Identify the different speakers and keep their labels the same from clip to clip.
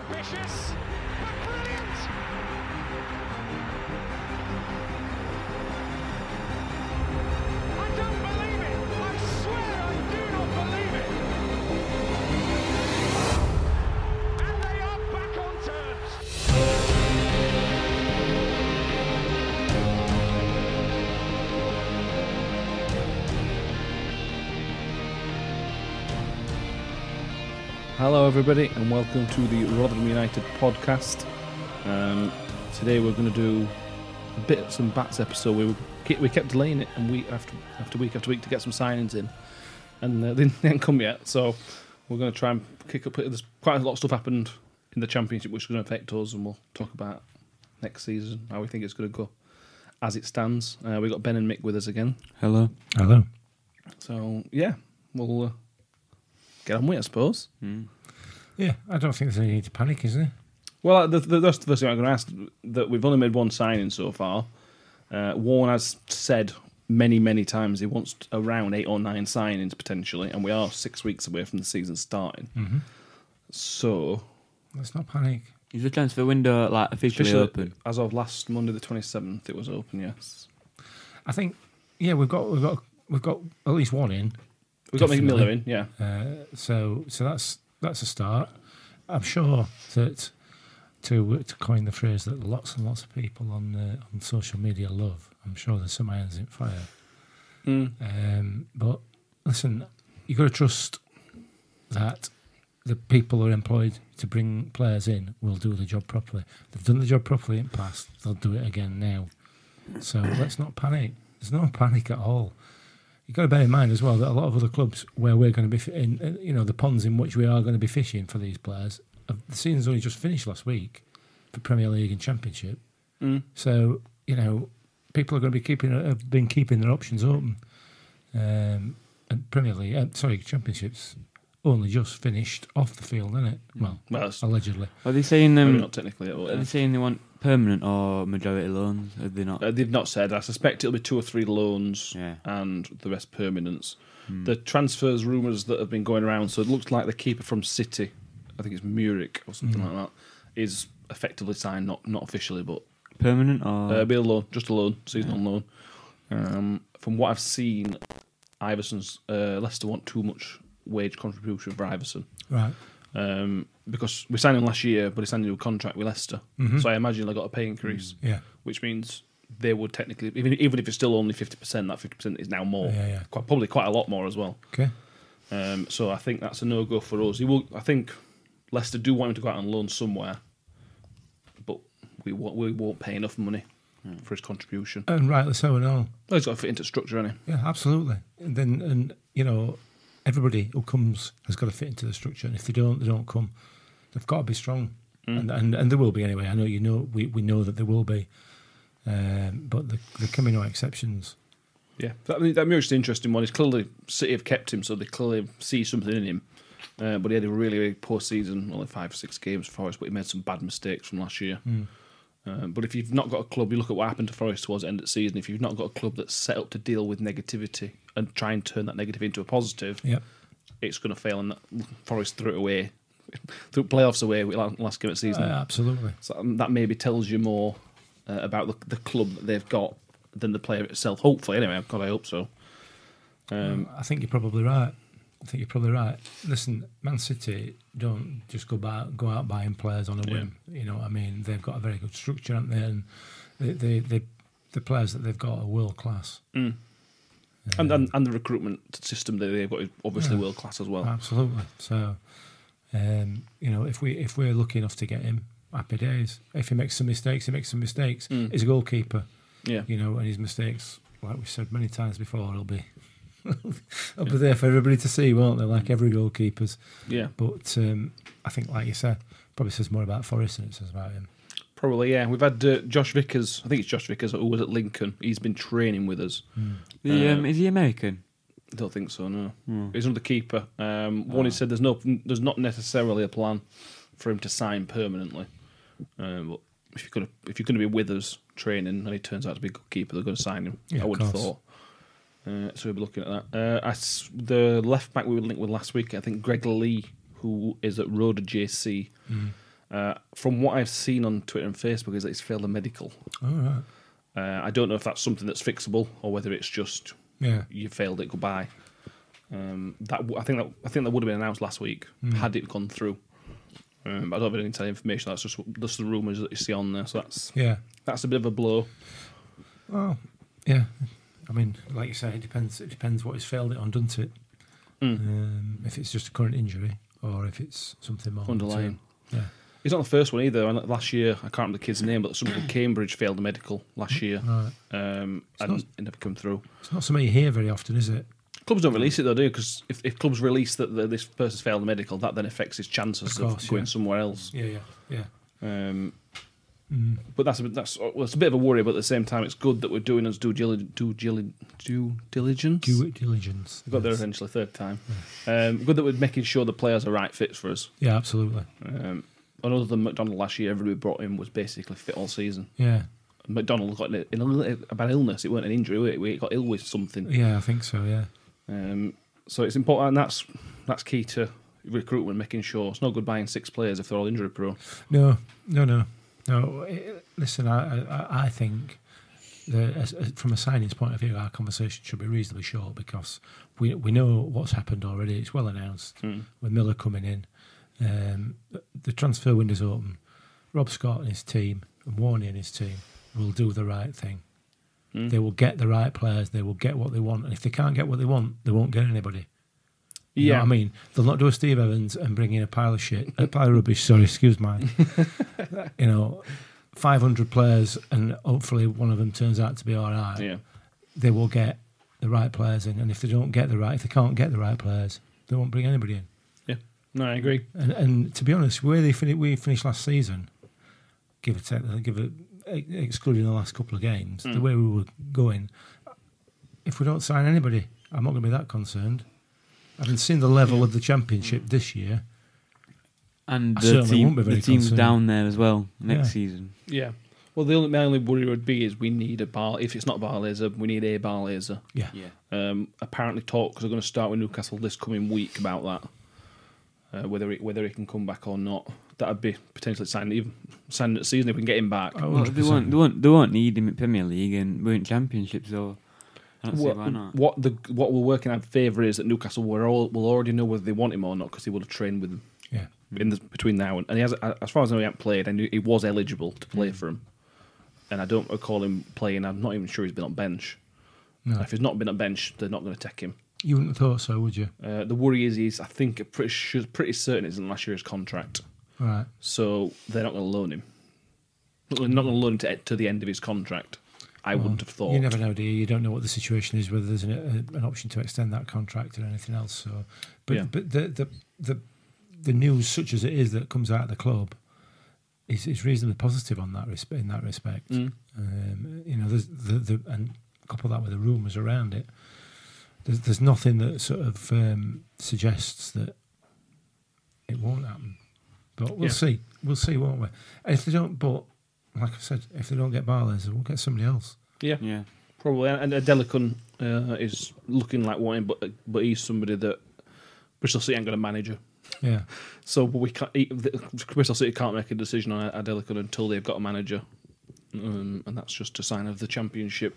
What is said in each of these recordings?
Speaker 1: ambitious, but brilliant. I don't believe it. I swear I do not believe it. And they are back on terms.
Speaker 2: Hello, everybody, and welcome to the Rotherham United podcast. Um, today, we're going to do a bit of some bats episode. We ke- we kept delaying it, and week after after week after week to get some signings in, and uh, they didn't come yet. So we're going to try and kick up. There's quite a lot of stuff happened in the championship, which is going to affect us, and we'll talk about next season how we think it's going to go. As it stands, uh, we got Ben and Mick with us again.
Speaker 3: Hello.
Speaker 4: Hello.
Speaker 2: So yeah, we'll uh, get on with, it, I suppose.
Speaker 4: Yeah, I don't think there's any need to panic, is there?
Speaker 2: Well, the, the, that's the first thing I'm going to ask. That we've only made one signing so far. Uh, Warren has said many, many times he wants around eight or nine signings potentially, and we are six weeks away from the season starting. So
Speaker 4: Let's not panic.
Speaker 3: Is the transfer window like officially
Speaker 2: officially,
Speaker 3: open?
Speaker 2: as of last Monday, the twenty seventh, it was open. Yes,
Speaker 4: I think, yeah, we've got we've got we've got at least one in.
Speaker 2: we got Mick
Speaker 4: Definitely.
Speaker 2: Miller in. Yeah,
Speaker 4: Uh, so so that's that's a start. I'm sure that to to coin the phrase that lots and lots of people on the, on social media love. I'm sure there's some irons in fire. Um, but listen, you've got to trust that the people who are employed to bring players in will do the job properly. They've done the job properly in the past. They'll do it again now. So let's not panic. There's no panic at all. You've got to bear in mind as well that a lot of other clubs where we're going to be, fi- in, uh, you know, the ponds in which we are going to be fishing for these players, have- the season's only just finished last week for Premier League and Championship.
Speaker 2: Mm.
Speaker 4: So you know, people are going to be keeping uh, have been keeping their options open. Um, and Premier League, uh, sorry, Championships only just finished off the field, isn't it? Well,
Speaker 2: Mm. well, it's
Speaker 4: allegedly.
Speaker 3: Are they saying
Speaker 2: maybe
Speaker 3: them?
Speaker 2: not technically. At all,
Speaker 3: are
Speaker 2: yeah.
Speaker 3: they saying they want permanent or majority loans? Are they not?
Speaker 2: Uh, they've not said. I suspect it'll be two or three loans
Speaker 3: Yeah.
Speaker 2: and the rest permanents. The transfers rumours that have been going around, so it looks like the keeper from City, I think it's Muric or something like that, is effectively signed, not not officially, but
Speaker 3: Permanent
Speaker 2: uh,
Speaker 3: or?
Speaker 2: it'll be a loan, just a loan, season on loan. Um, from what I've seen, Iverson's uh, Leicester want too much wage contribution for Iverson
Speaker 4: Right.
Speaker 2: um, because we signed him last year, but he signed a new contract with Leicester, so I imagine they got a pay increase
Speaker 4: Yeah.
Speaker 2: which means they would technically, even even if it's still only fifty percent, that fifty percent is now more,
Speaker 4: Yeah, yeah.
Speaker 2: Quite, probably quite a lot more as well.
Speaker 4: Okay.
Speaker 2: Um, so I think that's a no go for us. He will, I think Leicester do want him to go out on loan somewhere, but we won't, we won't pay enough money for his contribution.
Speaker 4: And rightly so and all.
Speaker 2: Well, he's got to fit into structure, hasn't
Speaker 4: Yeah, absolutely. And then and you know, everybody who comes has got to fit into the structure, and if they don't, they don't come. They've got to be strong,
Speaker 2: Mm.
Speaker 4: and, and and there will be anyway. I know you know we, we know that there will be, um, but there, there can be no exceptions.
Speaker 2: he? Yeah, that that Muric's an interesting one. He's clearly City have kept him, so they clearly see something in him. Uh, but he had a really, really poor season, only five, six games for Forest, but he made some bad mistakes from last year. Um, but if you've not got a club, you look at what happened to Forest towards the end of the season. If you've not got a club that's set up to deal with negativity and try and turn that negative into a positive,
Speaker 4: Yep.
Speaker 2: it's going to fail. And that Forest threw it away, threw playoffs away with la- last game of the
Speaker 4: Uh,
Speaker 2: season.
Speaker 4: absolutely.
Speaker 2: so um, that maybe tells you more uh, about the, the club that they've got than the player itself. Hopefully, anyway. God, I hope so. Um,
Speaker 4: I think you're probably right. I think you're probably right. Listen, Man City don't just go buy, go out buying players on a whim. You know, what I mean, they've got a very good structure, haven't they? And they, they, they, the players that they've got are Uh, world class.
Speaker 2: Mm. and, and and the recruitment system that they've got is obviously
Speaker 4: Yeah. Uh,
Speaker 2: world class as well.
Speaker 4: Absolutely. So, um, you know, if we if we're lucky enough to get him, happy days. If he makes some mistakes, he makes some mistakes. He's a goalkeeper,
Speaker 2: yeah.
Speaker 4: you know, and his mistakes, like we said many times before, will be will be there for everybody to see, won't they? Like every goalkeeper's.
Speaker 2: Yeah.
Speaker 4: But um, I think, like you said, probably says more about Forrest than it says about him.
Speaker 2: Probably, yeah. We've had uh, Josh Vickers. I think it's Josh Vickers who was at Lincoln. He's been training with us.
Speaker 3: the, um,
Speaker 2: uh,
Speaker 3: is he American?
Speaker 2: I don't think so. No, he's another keeper. Um, one, he said there's no, there's not necessarily a plan for him to sign permanently. Um, but if you're gonna, if you're gonna be with us training and he turns out to be a good keeper, they're gonna sign him.
Speaker 4: Yeah,
Speaker 2: I
Speaker 4: of
Speaker 2: would have
Speaker 4: course.
Speaker 2: thought. Uh, so we'll be looking at that. Uh, I s the left back we were linked with last week, I think Greg Lee, who is at Road JC, Uh, from what I've seen on Twitter and Facebook, is that he's failed a medical.
Speaker 4: All right.
Speaker 2: Uh, I don't know if that's something that's fixable or whether it's just
Speaker 4: Yeah.
Speaker 2: you failed it, goodbye. Um, that w- I think that I think that would have been announced last week had it gone through. Um, but I don't have any inside information. That's just just the rumours that you see on there. So that's
Speaker 4: Yeah.
Speaker 2: that's a bit of a blow.
Speaker 4: Well, yeah. I mean, like you say, it depends. It depends what he's failed it on, doesn't it?
Speaker 2: Mm.
Speaker 4: Um, if it's just a current injury or if it's something more
Speaker 2: Underlying.
Speaker 4: Yeah.
Speaker 2: He's not the first one either. And last year, I can't remember the kid's name, but someone from Cambridge failed a medical last year
Speaker 4: Right.
Speaker 2: um, and
Speaker 4: not-
Speaker 2: it never come through.
Speaker 4: It's not something you hear very often, is it?
Speaker 2: Clubs don't
Speaker 4: Hmm.
Speaker 2: release it though, do you? Because if, if clubs release that the, this person's failed the medical, that then affects his chances
Speaker 4: Of
Speaker 2: of,
Speaker 4: course, yeah.
Speaker 2: going somewhere else.
Speaker 4: Yeah. Yeah. Yeah.
Speaker 2: Um,
Speaker 4: Mm.
Speaker 2: but that's a bit, that's well, it's a bit of a worry. But at the same time, it's good that we're doing us due, dili- due, dili- due diligence.
Speaker 4: Due diligence.
Speaker 2: we got there
Speaker 4: Yes.
Speaker 2: eventually, third time. Um, good that we're making sure the players are right fits for us.
Speaker 4: Yeah. Absolutely.
Speaker 2: Um, and other than McDonald last year, everybody we brought in was basically fit all season.
Speaker 4: Yeah.
Speaker 2: McDonald got in a, in a little a bad illness. It weren't an injury. was It We got ill with something.
Speaker 4: Yeah. I think so. Yeah.
Speaker 2: Um, so it's important. And that's that's key to recruitment, making sure it's no good buying six players if they're all injury prone.
Speaker 4: No, no, no, no. I- Listen, I, I, I think that as, as- from a signings point of view, our conversation should be reasonably short because we we know what's happened already. It's well announced with Miller coming in. Um, the transfer window's open. Rob Scott and his team and Warney and his team will do the right thing. They will get the right players. They will get what they want. And if they can't get what they want, they won't get anybody. You know what I mean, they'll not do a Steve Evans and bring in a pile of shit, a pile of rubbish. Sorry, excuse mine. you know, five hundred players, and hopefully one of them turns out to be all right.
Speaker 2: yeah.
Speaker 4: They will get the right players in, and if they don't get the right, if they can't get the right players, they won't bring anybody in.
Speaker 2: Yeah. No, I agree.
Speaker 4: And, and to be honest, where they fin- we finished last season, give or take, give it, excluding the last couple of games,
Speaker 3: Hmm.
Speaker 4: the way we were going, if we don't sign anybody, I'm not going to be that concerned. Having seen the level of the championship this year,
Speaker 3: And
Speaker 4: I
Speaker 3: the
Speaker 4: certainly
Speaker 3: team,
Speaker 4: won't be
Speaker 3: the
Speaker 4: very
Speaker 3: team's
Speaker 4: concerned.
Speaker 3: down there as well next
Speaker 4: Yeah.
Speaker 3: season.
Speaker 2: Yeah. Well, the only, my only worry would be is we need a bar. If it's not bar laser, we need a bar laser.
Speaker 4: yeah,
Speaker 2: Um, apparently, talks are going to start with Newcastle this coming week about that, uh, whether it, whether he can come back or not. That'd be potentially signed even signed at the season if we can get him back.
Speaker 4: Oh,
Speaker 3: Well, they
Speaker 4: 100%.
Speaker 3: won't, they won't, they won't need him at Premier League, and we are in Championship, so I don't see
Speaker 2: what,
Speaker 3: why not.
Speaker 2: what the what will work in our favour is that Newcastle will all will already know whether they want him or not because he will have trained with them
Speaker 4: yeah,
Speaker 2: in the, between now and, and he has, as far as I know he hasn't played. I knew he was eligible to play
Speaker 4: Hmm.
Speaker 2: for him, and I don't recall him playing. I'm not even sure he's been on bench.
Speaker 4: no,
Speaker 2: And if he's not been on bench, they're not going to take him.
Speaker 4: you wouldn't have thought so, would you?
Speaker 2: Uh, the worry is he's I think pretty sure, pretty certain it's in last year's contract,
Speaker 4: Right,
Speaker 2: so they're not going to loan him. They're not going to loan him to, to the end of his contract. I wouldn't have thought.
Speaker 4: Hmm. you never know, do you? You don't know what the situation is, whether there's an, a, an option to extend that contract or anything else. So, but
Speaker 2: Yeah.
Speaker 4: but the, the the the news, such as it is, that comes out of the club, is is reasonably positive on that resp- in that respect.
Speaker 2: Mm.
Speaker 4: Um, you know, there's the, the and couple that with the rumours around it. There's, there's nothing that sort of um, suggests that it won't happen, but we'll
Speaker 2: Yeah.
Speaker 4: see. We'll see, won't we? And if they don't, but like I said, if they don't get Barlez, we'll get somebody else.
Speaker 2: Yeah.
Speaker 3: Yeah.
Speaker 2: Probably, and and Adelicun uh, is looking like one, but but he's somebody that Bristol City ain't got a manager,
Speaker 4: Yeah,
Speaker 2: so we can't. He, the, Bristol City can't make a decision on Adelicun until they've got a manager, um, and that's just a sign of the championship.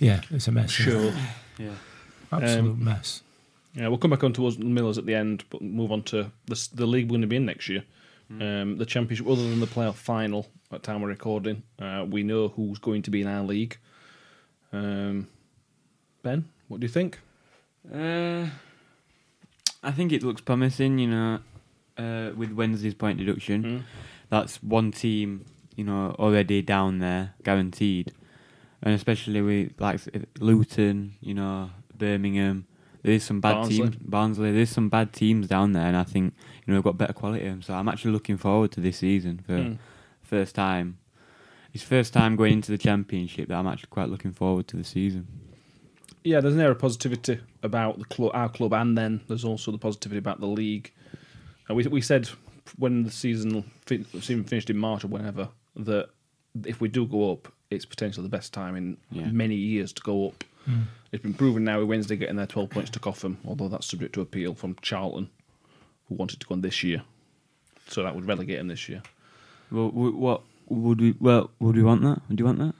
Speaker 4: yeah, it's a mess. isn't it?
Speaker 2: Sure,
Speaker 3: Yeah.
Speaker 4: absolute
Speaker 2: Um,
Speaker 4: mess.
Speaker 2: yeah, we'll come back on to us Millers at the end, but move on to the s- the league we're going to be in next year. Um, the championship, other than the playoff final at time we're recording, uh, we know who's going to be in our league. Um, ben, what do you think?
Speaker 3: Uh, I think it looks promising, you know, uh, with Wednesday's point deduction. That's one team, you know, already down there, guaranteed. And especially with like Luton, you know, Birmingham. There is some bad
Speaker 2: Barnsley.
Speaker 3: teams, Barnsley. There's some bad teams down there, and I think you know we've got better quality. in 'em. So I'm actually looking forward to this season for
Speaker 2: Mm.
Speaker 3: first time. It's first time going into the championship that I'm actually quite looking forward to the season.
Speaker 2: yeah, there's an air of positivity about the club, our club, and then there's also the positivity about the league. And we we said when the season fin- season finished in March or whenever that if we do go up, it's potentially the best time in
Speaker 3: Yeah.
Speaker 2: many years to go up. It's been proven now with Wednesday getting their 12 points took off them, although that's subject to appeal from Charlton, who wanted to go on this year. so that would relegate him this year.
Speaker 3: Well, w- what would we? Well, would we want that? Would you want that?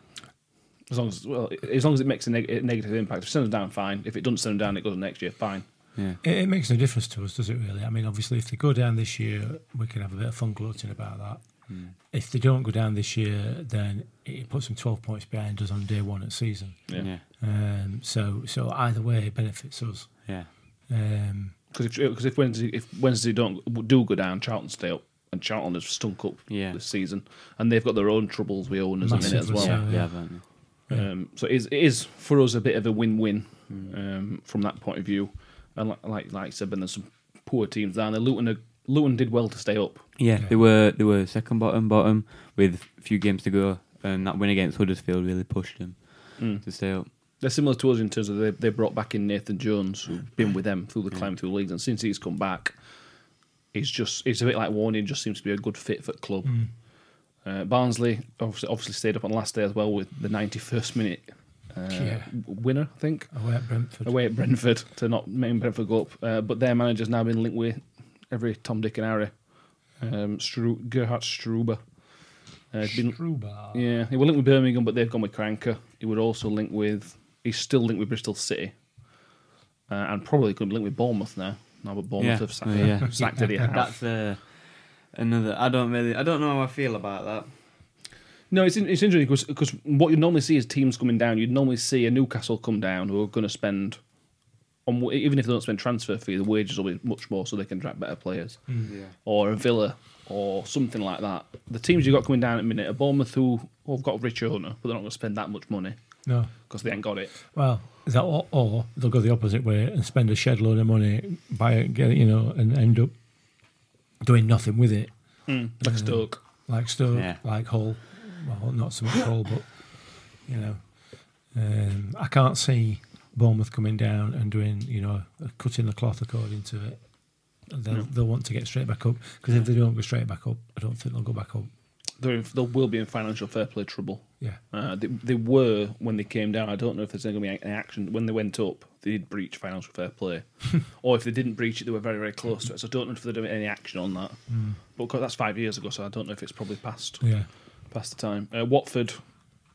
Speaker 2: As long as well, as long as it makes a, neg- a negative impact, if it sends them down, fine. If it doesn't send them down, it goes on next year, fine.
Speaker 3: Yeah.
Speaker 4: It, it makes no difference to us, does it really? I mean, obviously, if they go down this year, we can have a bit of fun gloating about that.
Speaker 2: Hmm.
Speaker 4: If they don't go down this year, then it puts them 12 points behind us on day one of the season.
Speaker 2: Yeah.
Speaker 3: Yeah.
Speaker 4: Um, so, so either way, it benefits us.
Speaker 3: Yeah.
Speaker 4: Um,
Speaker 2: Because if, uh, 'cause if Wednesday if Wednesday don't do go down, Charlton stay up, and Charlton is stunk up
Speaker 3: Yeah.
Speaker 2: this season, and they've got their own troubles with owners at the minute as
Speaker 4: Massively
Speaker 2: well.
Speaker 4: so. Yeah.
Speaker 3: Yeah, apparently.
Speaker 2: Um, so it is, it is for us a bit of a win-win um, from that point of view. And like like, like I said, but there's some poor teams down there. Luton are, Luton did well to stay up.
Speaker 3: Yeah,
Speaker 4: Yeah.
Speaker 3: they were they were second bottom bottom with a few games to go, and that win against Huddersfield really pushed them to stay up.
Speaker 2: They're similar to us in terms of they, they brought back in Nathan Jones, who's been with them through the climb through the leagues, and since he's come back, he's just it's a bit like Warney just seems to be a good fit for the club.
Speaker 4: hmm.
Speaker 2: Uh, Barnsley obviously, obviously stayed up on last day as well with the 91st minute uh,
Speaker 4: Yeah.
Speaker 2: w- winner, I think.
Speaker 4: away at Brentford.
Speaker 2: away at Brentford to not make Brentford go up. Uh, but their manager's now been linked with every Tom, Dick, and Harry. Um, Stru- Gerhard Struber. Uh, he's been,
Speaker 4: Strubar.
Speaker 2: yeah, he was linked with Birmingham, but they've gone with Cranker. He would also link with. He's still linked with Bristol City, uh, and probably could link with Bournemouth now. Now, but Bournemouth
Speaker 3: Yeah.
Speaker 2: have sacked,
Speaker 3: Oh, yeah.
Speaker 2: sacked Eddie Howe.
Speaker 3: That's uh, another. I don't really. I don't know how I feel about that.
Speaker 2: No, it's in- it's interesting because what you normally see is teams coming down. You'd normally see a Newcastle come down who are going to spend on wa- even if they don't spend transfer fee, the wages will be much more, so they can attract better players.
Speaker 4: Hmm.
Speaker 3: Yeah.
Speaker 2: Or a Villa or something like that. The teams you've got coming down at the minute are Bournemouth who have got a rich owner, but they're not going to spend that much money
Speaker 4: No.
Speaker 2: because they ain't got it.
Speaker 4: Well, that or, or they'll go the opposite way and spend a shed load of money, buy it, get it, you know, and end up doing nothing with it,
Speaker 2: Like Stoke.
Speaker 4: like Stoke,
Speaker 3: Yeah.
Speaker 4: like Hull. Well, not so much Hull, but you know, um, I can't see Bournemouth coming down and doing, you know, cutting the cloth according to it. They'll, they'll want to get straight back up because if they don't go straight back up, I don't think they'll go back up.
Speaker 2: They're, in- they will be in financial fair play trouble.
Speaker 4: Yeah,
Speaker 2: Uh, they, they were when they came down. I don't know if there's going to be any action when they went up. They did breach financial fair play, or if they didn't breach it, they were very very close to it. So I don't know if they're doing any action on that. But 'cause that's five years ago, so I don't know if it's probably past
Speaker 4: Hmm. yeah.
Speaker 2: past the time. Uh, Watford,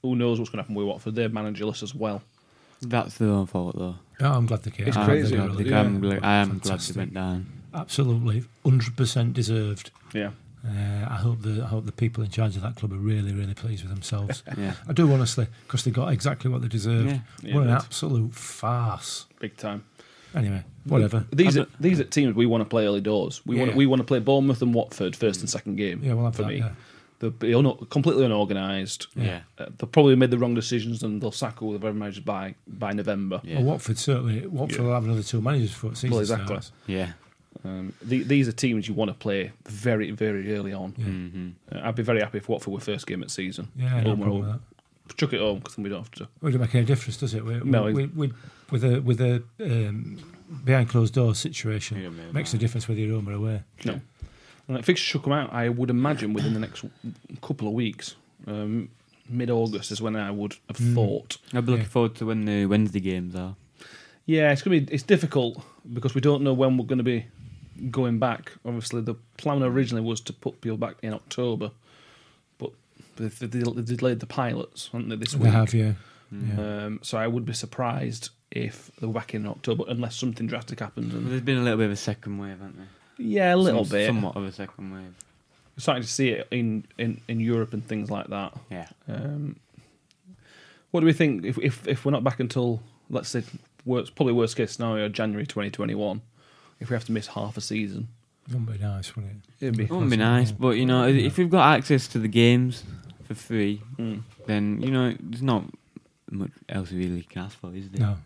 Speaker 2: who knows what's going to happen with Watford? They're managerless as well.
Speaker 3: That's their own fault though.
Speaker 4: Oh, I'm glad they came.
Speaker 2: It's
Speaker 3: I'm
Speaker 4: I'm glad
Speaker 2: crazy,
Speaker 4: they
Speaker 3: Ah, glad
Speaker 4: really-
Speaker 3: they- I'm,
Speaker 4: yeah.
Speaker 3: gl- I am glad they
Speaker 4: Fantastic.
Speaker 3: went down.
Speaker 4: Absolutely, hundred percent deserved.
Speaker 2: Yeah,
Speaker 4: Uh, I hope the I hope the people in charge of that club are really really pleased with themselves.
Speaker 3: Yeah.
Speaker 4: I do honestly because they got exactly what they deserved.
Speaker 3: Yeah.
Speaker 2: Yeah,
Speaker 4: what an
Speaker 2: but-
Speaker 4: absolute farce.
Speaker 2: big time.
Speaker 4: Anyway, whatever.
Speaker 2: These
Speaker 3: I
Speaker 2: are these are teams we want to play early doors. We want
Speaker 4: Yeah.
Speaker 2: we want to play Bournemouth and Watford first and second game.
Speaker 4: Yeah, we'll have
Speaker 2: for
Speaker 4: that,
Speaker 2: me.
Speaker 4: yeah.
Speaker 2: They'll be un- completely unorganised.
Speaker 3: Yeah.
Speaker 2: Uh, they'll probably made the wrong decisions and they'll sack all the very managers by by November.
Speaker 3: Yeah.
Speaker 4: Well, Watford certainly. Watford
Speaker 2: Yeah.
Speaker 4: will have another two managers for season
Speaker 2: Well, exactly.
Speaker 4: starts.
Speaker 3: Yeah.
Speaker 2: Um, the, these are teams you want to play very, very early on.
Speaker 3: Mm-hmm.
Speaker 2: Uh, I'd be very happy if Watford were first game at season.
Speaker 4: Yeah, no
Speaker 2: home or
Speaker 4: problem with
Speaker 2: home.
Speaker 4: that.
Speaker 2: chuck it home because then we don't have to.
Speaker 4: It wouldn't make any difference, does it? We,
Speaker 2: No,
Speaker 4: we, we, we, with a with a um, behind closed door situation,
Speaker 3: It don't really
Speaker 4: makes a difference whether you're home or away.
Speaker 2: No. And if fixtures should come out, I would imagine within the next couple of weeks, um, mid August is when I would have
Speaker 4: Mm.
Speaker 2: thought.
Speaker 3: I'll be looking
Speaker 4: Yeah.
Speaker 3: forward to when the Wednesday games are.
Speaker 2: Yeah, it's gonna be it's difficult because we don't know when we're gonna be going back. Obviously, the plan originally was to put people back in October, but they, they, they delayed the pilots, haven't they? This
Speaker 4: They
Speaker 2: week,
Speaker 4: have, yeah. yeah.
Speaker 2: um, so I would be surprised if they were back in October unless something drastic happens.
Speaker 3: Well,
Speaker 2: And
Speaker 3: there's been a little bit of a second wave, haven't there?
Speaker 2: yeah, a little
Speaker 3: Some-
Speaker 2: bit.
Speaker 3: Somewhat of a second wave.
Speaker 2: Starting to see it in, in, in Europe and things like that.
Speaker 3: Yeah.
Speaker 2: Um, what do we think if, if if we're not back until let's say worst, probably worst case scenario January 2021, if we have to miss half a season?
Speaker 4: Wouldn't be nice, would it?
Speaker 2: It'd be
Speaker 3: It would be nice, but you know, if we've got access to the games for free,
Speaker 2: Mm.
Speaker 3: then you know, there's not much else we really can ask for, is there?
Speaker 4: No.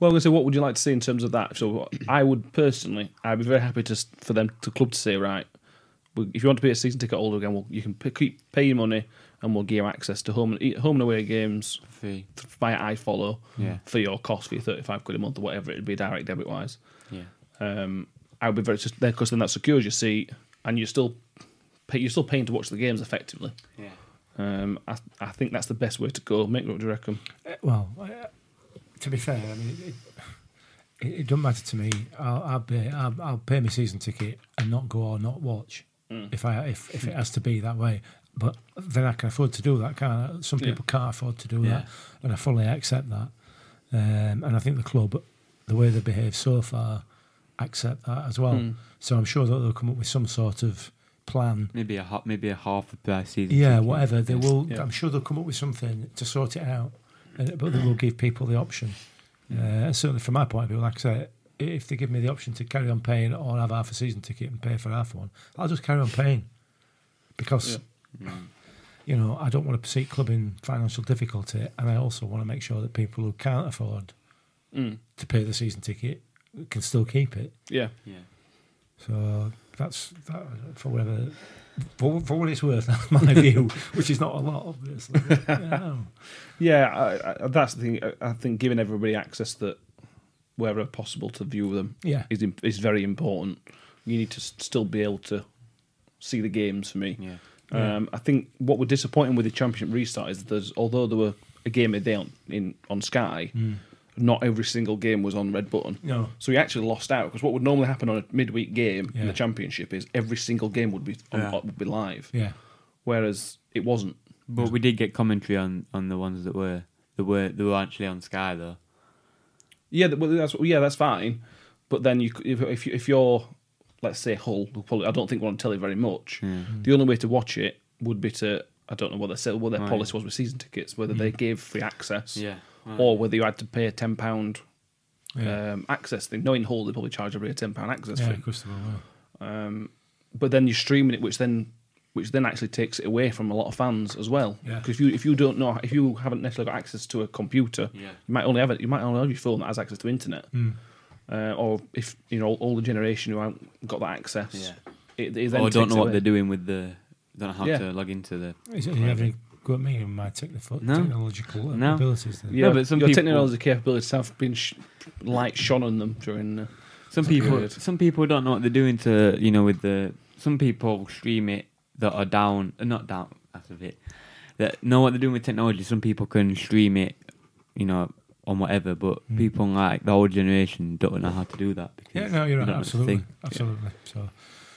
Speaker 2: Well, so what would you like to see in terms of that? So I would personally, I'd be very happy to for them to club to say right, we- if you want to be a season ticket holder again, we'll, you can p- keep paying money and we'll give you access to home and home and away games
Speaker 3: For free.
Speaker 2: via iFollow
Speaker 3: Yeah.
Speaker 2: for your cost for your thirty five quid a month or whatever it'd be direct debit wise.
Speaker 3: Yeah.
Speaker 2: Um, I would be very just there because then that secures your seat and you're still pay, you're still paying to watch the games effectively.
Speaker 3: Yeah.
Speaker 2: Um, I I think that's the best way to go. Mick, what do you reckon?
Speaker 4: Uh, Well, uh, to be fair, I mean, it, it, it doesn't matter to me. I'll, I'll, pay, I'll, I'll pay my season ticket and not go or not watch. If I if, if it has to be that way, but then I can afford to do that. Can some
Speaker 2: Yeah.
Speaker 4: people can't afford to do
Speaker 3: Yeah.
Speaker 4: that, and I fully accept that. Um, and I think the club, the way they behave so far, accept that as well. So I'm sure that they'll come up with some sort of plan.
Speaker 3: Maybe a ha- maybe a half a price season.
Speaker 4: Yeah,
Speaker 3: ticket.
Speaker 4: whatever they will.
Speaker 2: Yeah.
Speaker 4: I'm sure they'll come up with something to sort it out, and, but they will give people the option. Uh, and certainly, from my point of view, like I say, i- if they give me the option to carry on paying or have half a season ticket and pay for half one, I'll just carry on paying because you know I don't want to see club in financial difficulty, and I also want to make sure that people who can't afford
Speaker 2: Mm.
Speaker 4: to pay the season ticket can still keep it.
Speaker 2: Yeah.
Speaker 3: Yeah.
Speaker 4: So that's that for whatever for, for what it's worth. That's my view, which is not a lot, obviously. but, you know.
Speaker 2: Yeah, I, I, that's the thing. I, I think giving everybody access that wherever possible to view them
Speaker 4: Yeah,
Speaker 2: is im- is very important. You need to s- still be able to see the games for me.
Speaker 3: Yeah.
Speaker 4: Yeah.
Speaker 2: Um, I think what we're disappointing with the championship restart is there's although there were a game a day on in on Sky, not every single game was on red button.
Speaker 4: no,
Speaker 2: So we actually lost out because what would normally happen on a midweek game in
Speaker 4: Yeah.
Speaker 2: the championship is every single game would be on, uh,
Speaker 3: Yeah.
Speaker 2: would be live,
Speaker 4: yeah,
Speaker 2: whereas it wasn't.
Speaker 3: But we did get commentary on, on the ones that were that were that were actually on Sky though.
Speaker 2: Yeah, that- well, that's yeah, that's fine. But then you, c- if if, you, if you're, let's say Hull, who probably I don't think we're on telly very much.
Speaker 4: Hmm.
Speaker 2: The only way to watch it would be to I don't know what they said, what their
Speaker 3: Right.
Speaker 2: policy was with season tickets, whether
Speaker 4: Hmm.
Speaker 2: they gave free access,
Speaker 3: Yeah, right.
Speaker 2: or whether you had to pay a ten pound
Speaker 4: yeah,
Speaker 2: um, access thing. Knowing Hull, they probably charge everybody a ten pound access
Speaker 4: yeah.
Speaker 2: fee.
Speaker 4: Of course they will. yeah.
Speaker 2: Um, but then you're streaming it, which then which then actually takes it away from a lot of fans as well.
Speaker 4: Yeah.
Speaker 2: Because if you if you don't know if you haven't necessarily got access to a computer,
Speaker 3: Yeah.
Speaker 2: you might only have it. You might only have your phone that has access to internet, uh, or if you know older generation who haven't got that access.
Speaker 3: Yeah.
Speaker 2: It, it then
Speaker 3: Or don't
Speaker 2: takes
Speaker 3: know
Speaker 2: it
Speaker 3: what
Speaker 2: away.
Speaker 3: they're doing with the don't know how
Speaker 2: Yeah.
Speaker 3: to log into the
Speaker 4: Is it, you have any go at me and my technical
Speaker 3: No.
Speaker 4: technological
Speaker 3: No.
Speaker 4: abilities? Then?
Speaker 2: Yeah,
Speaker 3: No,
Speaker 2: but
Speaker 3: but some
Speaker 2: your
Speaker 3: people-
Speaker 2: technology capabilities have been sh- light shone on them during. Uh,
Speaker 3: Some people
Speaker 2: Good.
Speaker 3: some people don't know what they're doing to you know with the some people stream it that are down uh, not down out of it. That know what they're doing with technology. Some people can stream it, you know, on whatever, but people like the old generation don't know how to do that because
Speaker 4: Hmm. Yeah, no, you're
Speaker 3: they
Speaker 4: right.
Speaker 3: don't know the
Speaker 4: Absolutely,
Speaker 3: thing.
Speaker 4: absolutely. So,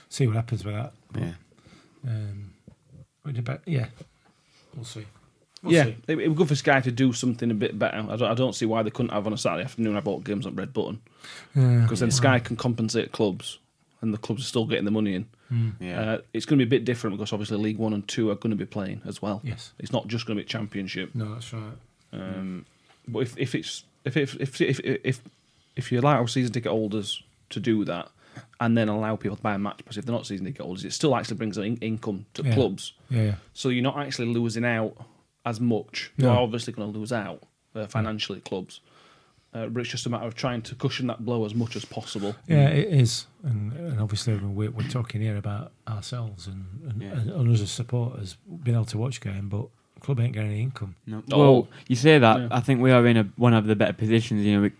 Speaker 4: see what happens with that.
Speaker 3: Yeah.
Speaker 4: Um, we did bet- yeah, we'll see. We'll
Speaker 2: yeah,
Speaker 4: see.
Speaker 2: it, it would good for Sky to do something a bit better. I don't, I don't see why they couldn't have on a Saturday afternoon. I bought games on Red Button
Speaker 4: Yeah.
Speaker 2: because then Sky can compensate clubs, and the clubs are still getting the money in.
Speaker 4: Mm.
Speaker 3: Yeah.
Speaker 2: Uh, it's going to be a bit different because obviously League One and Two are going to be playing as well.
Speaker 4: Yes. Mm-hmm.
Speaker 2: It's not just going to be Championship.
Speaker 4: No, that's right.
Speaker 2: Um, but if, if it's if if if if if, if you allow season ticket holders to do that, and then allow people to buy a match pass if they're not season ticket holders, it still actually brings in- income to
Speaker 4: Yeah.
Speaker 2: clubs.
Speaker 4: Yeah, yeah.
Speaker 2: So you're not actually losing out as much. You're
Speaker 4: No.
Speaker 2: obviously going to lose out uh, financially at clubs. Uh, but it's just a matter of trying to cushion that blow as much as possible.
Speaker 4: Yeah, it is, and, and obviously when we're, we're talking here about ourselves and and,
Speaker 3: Yeah.
Speaker 4: and, and us as supporters being able to watch game, but club ain't getting any income.
Speaker 3: No.
Speaker 2: Oh.
Speaker 3: Well, you say that.
Speaker 2: Yeah.
Speaker 3: I think we are in a, one of the better positions. You know, we,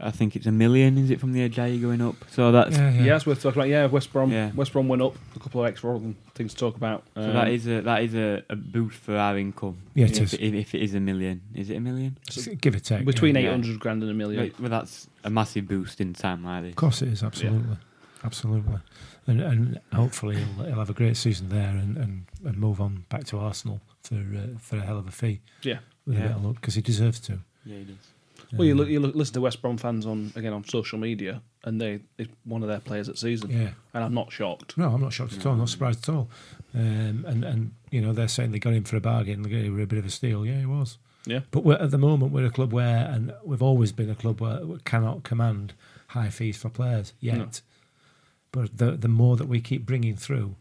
Speaker 3: I think it's a million. Is it from the Ajayi going up? So that's
Speaker 4: Yeah,
Speaker 2: Yeah,
Speaker 4: yeah,
Speaker 2: that's worth talking about. Yeah, West Brom.
Speaker 3: Yeah.
Speaker 2: West Brom went up. A couple of extra things to talk about.
Speaker 3: so
Speaker 2: Um,
Speaker 3: that is a that is a, a boost for our income.
Speaker 4: Yeah, it
Speaker 3: if,
Speaker 4: is.
Speaker 3: If, if it is a million, is it a million?
Speaker 4: Just give or take
Speaker 2: between
Speaker 4: yeah.
Speaker 3: yeah.
Speaker 2: 800 grand and a million.
Speaker 3: Well, that's a massive boost in time like this.
Speaker 4: Of course, it is absolutely, absolutely, and and hopefully he'll, he'll have a great season there and, and, and move on back to Arsenal for uh, for a hell of a fee
Speaker 2: Yeah.
Speaker 4: with a
Speaker 3: Yeah.
Speaker 4: bit of luck because he deserves to.
Speaker 3: Yeah, it is.
Speaker 2: Well, you
Speaker 4: Um,
Speaker 2: look, you look, listen to West Brom fans on again on social media, and they it's one of their players at season,
Speaker 4: Um, Yeah.
Speaker 2: and I'm not shocked.
Speaker 4: No, I'm not shocked at all. Not surprised at all. Um, and and you know they're saying they got him for a bargain. They were a bit of a steal. Yeah, he was.
Speaker 2: Yeah.
Speaker 4: But we're, at the moment, we're a club where, and we've always been a club where we cannot command high fees for players yet.
Speaker 2: No.
Speaker 4: But the the more that we keep bringing through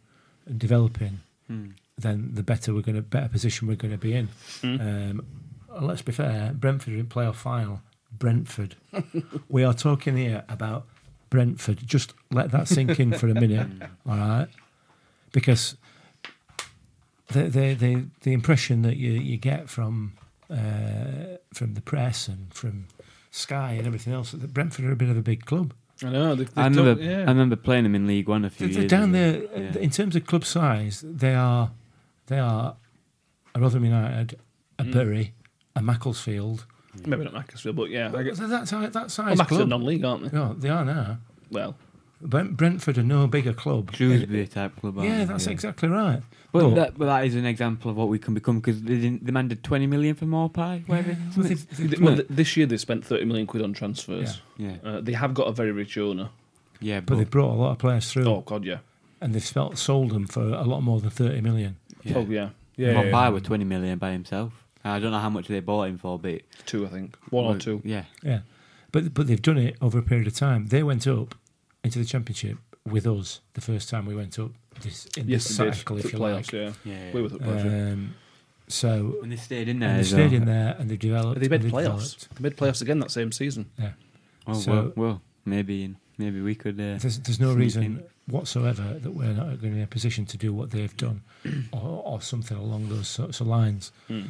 Speaker 4: and developing,
Speaker 3: Hmm.
Speaker 4: then the better we're going to better position we're going to be in. Um, and let's be fair. Brentford are in playoff final. Brentford. we are talking here about Brentford. Just let that sink in for a minute, all right? Because the the the, the impression that you, you get from uh, from the press and from Sky and everything else that Brentford are a bit of a big club.
Speaker 2: I know. They, they
Speaker 3: I remember
Speaker 2: don't- yeah.
Speaker 3: I remember playing them in League One a few
Speaker 4: They're, they're
Speaker 3: years
Speaker 4: down
Speaker 3: ago.
Speaker 4: there uh, in terms of club size. They are they are a Rotherham United, a
Speaker 2: Mm.
Speaker 4: Bury, a Macclesfield.
Speaker 2: Maybe not Macclesfield, but yeah, I
Speaker 4: They're
Speaker 2: guess,
Speaker 4: That, si- that
Speaker 2: well,
Speaker 4: size
Speaker 2: Macclesfield
Speaker 4: club.
Speaker 2: non-league, aren't they?
Speaker 4: No, they are now.
Speaker 2: Well,
Speaker 4: Brent, Brentford are no bigger club.
Speaker 3: Shrewsbury type club. aren't
Speaker 4: Yeah,
Speaker 3: they?
Speaker 4: that's Oh. exactly right.
Speaker 3: But,
Speaker 4: But-
Speaker 3: that, but that is an example of what we can become because they didn't- demanded 20 million for more pie. Whatever.
Speaker 4: Well, they- they-
Speaker 2: Th- well, th- this year they spent 30 million quid on transfers.
Speaker 3: yeah,
Speaker 2: Uh, they have got a very rich owner.
Speaker 3: yeah,
Speaker 4: but they brought a lot of players through,
Speaker 2: Oh, God, yeah.
Speaker 4: and they've spelt, sold them for a lot more than thirty million.
Speaker 3: yeah.
Speaker 2: Oh, yeah.
Speaker 4: Yeah,
Speaker 3: Mopai
Speaker 4: yeah.
Speaker 3: were 20 million by himself. I don't know how much they bought him for, but
Speaker 2: Two, I think. One or two.
Speaker 3: Yeah,
Speaker 4: Yeah, but but they've done it over a period of time. They went up into the championship with us the first time we went up this in
Speaker 2: Yes,
Speaker 4: this
Speaker 2: they did.
Speaker 4: cycle,
Speaker 2: The
Speaker 4: if you
Speaker 2: playoffs,
Speaker 4: like.
Speaker 2: yeah.
Speaker 3: yeah.
Speaker 2: We were the pressure.
Speaker 4: Um, so
Speaker 3: and they stayed in there.
Speaker 4: and they
Speaker 3: as
Speaker 4: stayed
Speaker 3: well.
Speaker 4: in there and they developed.
Speaker 2: they made
Speaker 4: and
Speaker 2: playoffs.
Speaker 4: developed.
Speaker 2: They made playoffs again that same season.
Speaker 4: Yeah.
Speaker 3: Oh
Speaker 4: So-
Speaker 3: well, well, maybe maybe we could. Uh,
Speaker 4: There's, there's no
Speaker 3: Sneak
Speaker 4: reason whatsoever that we're not going to be in a position to do what they've done, or, or something along those sorts of lines.
Speaker 2: Hmm.